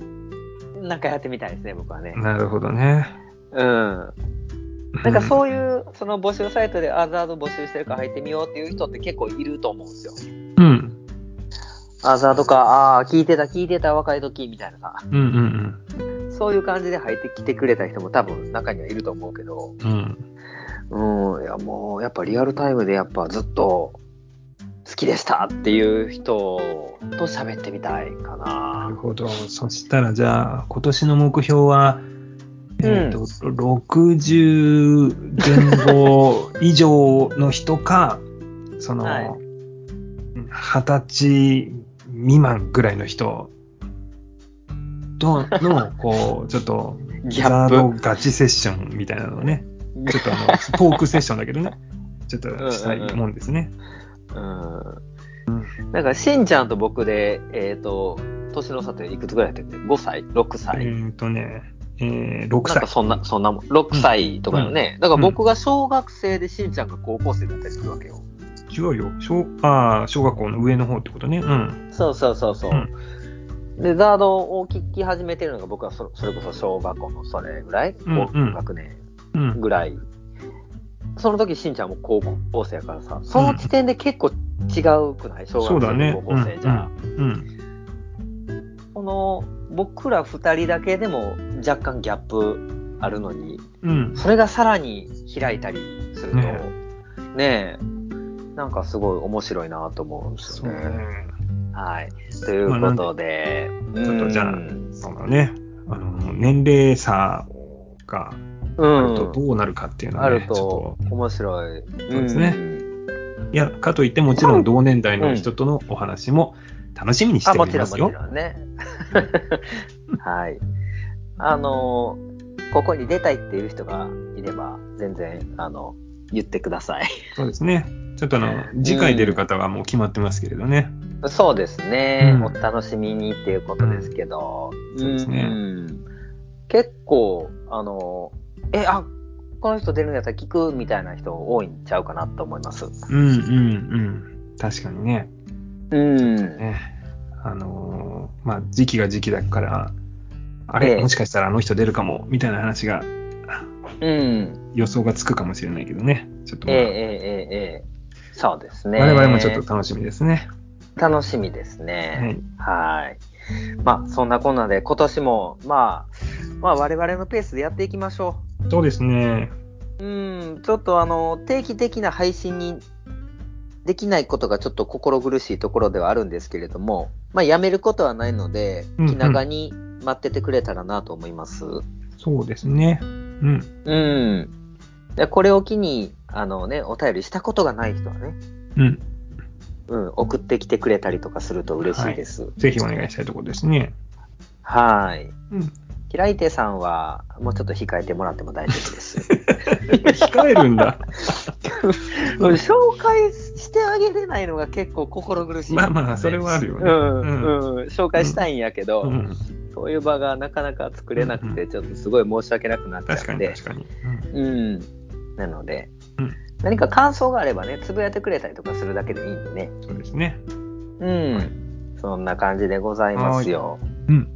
[SPEAKER 2] なんかやってみたいですね、僕は ね。
[SPEAKER 1] なるほどね。
[SPEAKER 2] うん。なんか
[SPEAKER 1] う
[SPEAKER 2] そういう、その募集サイトで、アザード募集してるから入ってみようっていう人って結構いると思うんですよ。
[SPEAKER 1] ん。うん。
[SPEAKER 2] アザードか、ああー、聞いてた、聞いてた、若い時みたいなさ。
[SPEAKER 1] うんうん
[SPEAKER 2] そういう感じで入ってきてくれた人も多分中にはいると思うけど、
[SPEAKER 1] うん。うん。
[SPEAKER 2] うん、いやもう、やっぱリアルタイムでやっぱずっと、好きでしたっていう人と喋ってみたいか
[SPEAKER 1] なる
[SPEAKER 2] な。
[SPEAKER 1] ほど。そしたらじゃあ、今年の目標は、えっ、と、60前後以上の人か、その、
[SPEAKER 2] はい
[SPEAKER 1] 20歳未満ぐらいの人との、こう、ちょっと、
[SPEAKER 2] ギャ
[SPEAKER 1] ザー
[SPEAKER 2] ッ
[SPEAKER 1] ド
[SPEAKER 2] プ。
[SPEAKER 1] ガチセッションみたいなのをね、ちょっとあの、トークセッションだけどね、ちょっとしたいもんですね。
[SPEAKER 2] うん。なんか、しんちゃんと僕で、えっ、と、年の差っていくつぐらいだったっけ ?5 歳 ?6
[SPEAKER 1] え
[SPEAKER 2] 歳、
[SPEAKER 1] ーっとね、えー、6
[SPEAKER 2] なんか
[SPEAKER 1] 歳。
[SPEAKER 2] そんな、そんなもん。6歳とかよね。だから僕が小学生でしんちゃんが高校生だったりするわけよ。
[SPEAKER 1] 違うよ。小、ああ、小学校の上の方ってことね。うん。
[SPEAKER 2] そうそうそうそう。で、ザードを聞き始めてるのが僕はそそれこそ小学校のそれぐらい、
[SPEAKER 1] うんうん
[SPEAKER 2] 5学年
[SPEAKER 1] うん。
[SPEAKER 2] ぐらい。その時しんちゃんも高校生やからさ、その時点で結構違うくない小
[SPEAKER 1] そう
[SPEAKER 2] 学
[SPEAKER 1] だね
[SPEAKER 2] 生と高校生じゃ、
[SPEAKER 1] うん。
[SPEAKER 2] この僕ら2人だけでも若干ギャップあるのに、
[SPEAKER 1] うん。
[SPEAKER 2] それがさらに開いたりすると、
[SPEAKER 1] ね
[SPEAKER 2] ねえ、なんかすごい面白いなと思うんです
[SPEAKER 1] そう
[SPEAKER 2] よ
[SPEAKER 1] ね
[SPEAKER 2] ね。。はい。ということで、
[SPEAKER 1] ちょっとじゃあ
[SPEAKER 2] うん、
[SPEAKER 1] そのね、あの、年齢差があると
[SPEAKER 2] うん
[SPEAKER 1] どうなるかっていうのは
[SPEAKER 2] あ
[SPEAKER 1] ね、
[SPEAKER 2] る
[SPEAKER 1] ち
[SPEAKER 2] と
[SPEAKER 1] ょっ
[SPEAKER 2] 面白い。
[SPEAKER 1] そうですねと、いや、かといってもちろん同年代の人とのお話も楽しみにし
[SPEAKER 2] あ、
[SPEAKER 1] てお
[SPEAKER 2] も
[SPEAKER 1] り
[SPEAKER 2] ち
[SPEAKER 1] ま
[SPEAKER 2] ろん、も
[SPEAKER 1] す
[SPEAKER 2] ち
[SPEAKER 1] よ。
[SPEAKER 2] ろんね。 はい。あの、ここに出たいっていう人がいれば、全然、あの、言ってください。
[SPEAKER 1] そうですね。ちょっとあの、次回出る方はもう決まってますけれどね。
[SPEAKER 2] そうですね、
[SPEAKER 1] うん
[SPEAKER 2] お楽しみにっていうことですけど、
[SPEAKER 1] んそうですね
[SPEAKER 2] ん結構、あの、え、あこの人出るんやったら聞くみたいな人多いんちゃうかなと思います。
[SPEAKER 1] うんうんうん。確かにね。
[SPEAKER 2] うん。
[SPEAKER 1] ねあのーまあ、時期が時期だから、あれ、
[SPEAKER 2] ええ
[SPEAKER 1] もしかしたらあの人出るかも、みたいな話が、
[SPEAKER 2] うん。
[SPEAKER 1] 予想がつくかもしれないけどね。ちょっと、
[SPEAKER 2] ええ
[SPEAKER 1] ま
[SPEAKER 2] え
[SPEAKER 1] あ
[SPEAKER 2] えええええそうですね。
[SPEAKER 1] 我々もちょっと楽しみですね。
[SPEAKER 2] 楽しみですね。はい。まあ、そんなこんなで、今年も、まあ、まあ、我々のペースでやっていきましょ
[SPEAKER 1] そうですね。
[SPEAKER 2] う。うん、ちょっとあの、定期的な配信にできないことがちょっと心苦しいところではあるんですけれども、まあ、やめることはないので
[SPEAKER 1] うんう、ん
[SPEAKER 2] 気長に待っててくれたらなと思います。
[SPEAKER 1] そうですね。うん。
[SPEAKER 2] うん。でこれを機に、あのね、お便りしたことがない人はね、
[SPEAKER 1] うん。
[SPEAKER 2] うん、送ってきてくれたりとかすると嬉しいです。
[SPEAKER 1] ぜひお願いしたいところですね。
[SPEAKER 2] はい。
[SPEAKER 1] うん。
[SPEAKER 2] 平井手さんは、もうちょっと控えてもらっても大丈夫です。
[SPEAKER 1] 控えるん だ。
[SPEAKER 2] 紹介してあげれないのが結構心苦しい、
[SPEAKER 1] まあまあ、それはあるよ
[SPEAKER 2] う
[SPEAKER 1] ね。
[SPEAKER 2] ん、
[SPEAKER 1] うん。
[SPEAKER 2] うん、紹介したいんやけど、
[SPEAKER 1] うん、
[SPEAKER 2] そういう場がなかなか作れなく
[SPEAKER 1] うんう
[SPEAKER 2] て、ちょっとすごい申し訳なくなっち
[SPEAKER 1] 確か
[SPEAKER 2] ゃうん
[SPEAKER 1] に
[SPEAKER 2] で、
[SPEAKER 1] 確かに。
[SPEAKER 2] うん、なので、
[SPEAKER 1] うん
[SPEAKER 2] 何か感想があればね、つぶやいてくれたりとかするだけでいいんでね、
[SPEAKER 1] うん、そうですね。
[SPEAKER 2] うん、そんな感じでございますよ。
[SPEAKER 1] うん。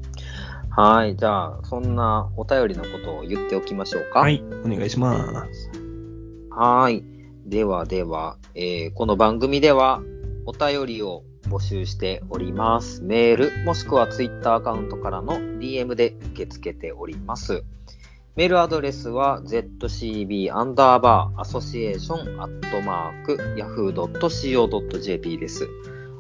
[SPEAKER 2] はい、じゃあ、そんなお便りのことを言っておきましょうか。
[SPEAKER 1] はい。お願いします。
[SPEAKER 2] はい。ではでは、えーこの番組ではお便りを募集しております。メール、もしくはツイッターアカウントからの DM で受け付けております。メールアドレスは zcb アンダーバーアソシエーションアットマーク yahoo.co.jp です。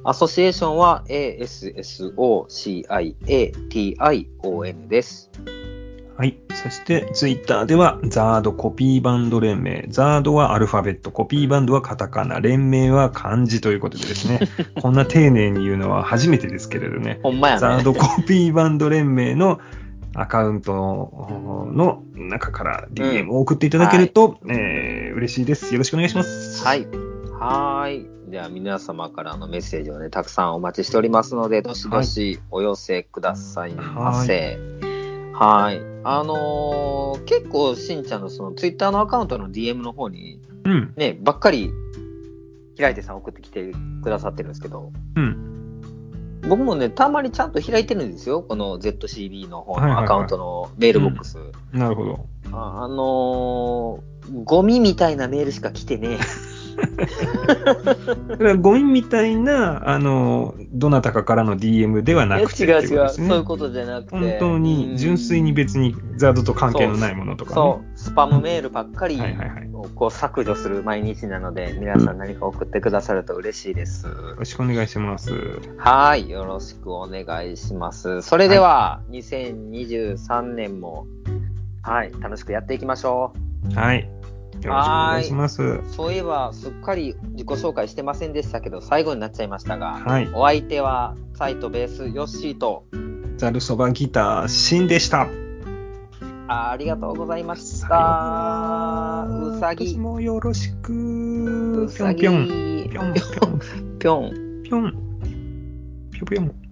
[SPEAKER 2] アソシエーションは ASSOCIATION です。
[SPEAKER 1] はい。そして、ツイッターでは、ザードコピーバンド連盟。ザードはアルファベット、コピーバンドはカタカナ、連盟は漢字ということでです ね、こんな丁寧に言うのは初めてですけれどね、
[SPEAKER 2] ほんまやね。
[SPEAKER 1] ザードコピーバンド連盟のアカウントの中から DM を送っていただけると、えー嬉しいです。よろしくお願いします。
[SPEAKER 2] はい。はーい。では皆様からのメッセージをね、たくさんお待ちしておりますので、どしどしお寄せくださいませ。はーい。あのー結構しんちゃんのそのツイッターのアカウントの DM の方に
[SPEAKER 1] うん。
[SPEAKER 2] ね、ばっかり平井手さん送ってきてくださってるんですけど、
[SPEAKER 1] うん。
[SPEAKER 2] 僕もね、たまにちゃんと開いてるんですよ。この ZCB の方
[SPEAKER 1] はいはい
[SPEAKER 2] の
[SPEAKER 1] はい
[SPEAKER 2] アカウントのメールボックス。
[SPEAKER 1] なるほど。
[SPEAKER 2] ああのーゴミみたいなメールしか来てねえ。
[SPEAKER 1] だからゴミみたいな、あの、どなたかからの DM ではなくて
[SPEAKER 2] え
[SPEAKER 1] っていうこ
[SPEAKER 2] 違う違
[SPEAKER 1] と
[SPEAKER 2] う、
[SPEAKER 1] ですね。
[SPEAKER 2] そういうことじゃなくて
[SPEAKER 1] 本当に純粋に別にザードと関係のないものと
[SPEAKER 2] うん
[SPEAKER 1] か、ね、
[SPEAKER 2] そうスパムメールばっかり
[SPEAKER 1] はいはいはい。よ
[SPEAKER 2] をこう削除する毎日なので皆さん何か送ってくださると嬉しいです、
[SPEAKER 1] ろしくお願いします。
[SPEAKER 2] はいよろしくお願いしますそれでは、2023年もはい楽しくやっていきましょ
[SPEAKER 1] はい。よろしくお願いします
[SPEAKER 2] う。そういえばすっかり自己紹介してませんでしたけど最後になっちゃいましたが、
[SPEAKER 1] はい
[SPEAKER 2] お相手はサイトベースヨッシーと
[SPEAKER 1] ザルそばギター、シンでした。
[SPEAKER 2] ありがとうございまし
[SPEAKER 1] さよ
[SPEAKER 2] たうさぎ
[SPEAKER 1] 私もよろしく。ぴ
[SPEAKER 2] う
[SPEAKER 1] ょ
[SPEAKER 2] さ
[SPEAKER 1] ん
[SPEAKER 2] ぎ
[SPEAKER 1] ぴょん。ぴょんぴょん。
[SPEAKER 2] ぴょん
[SPEAKER 1] ぴょん。ぴょんぴょん。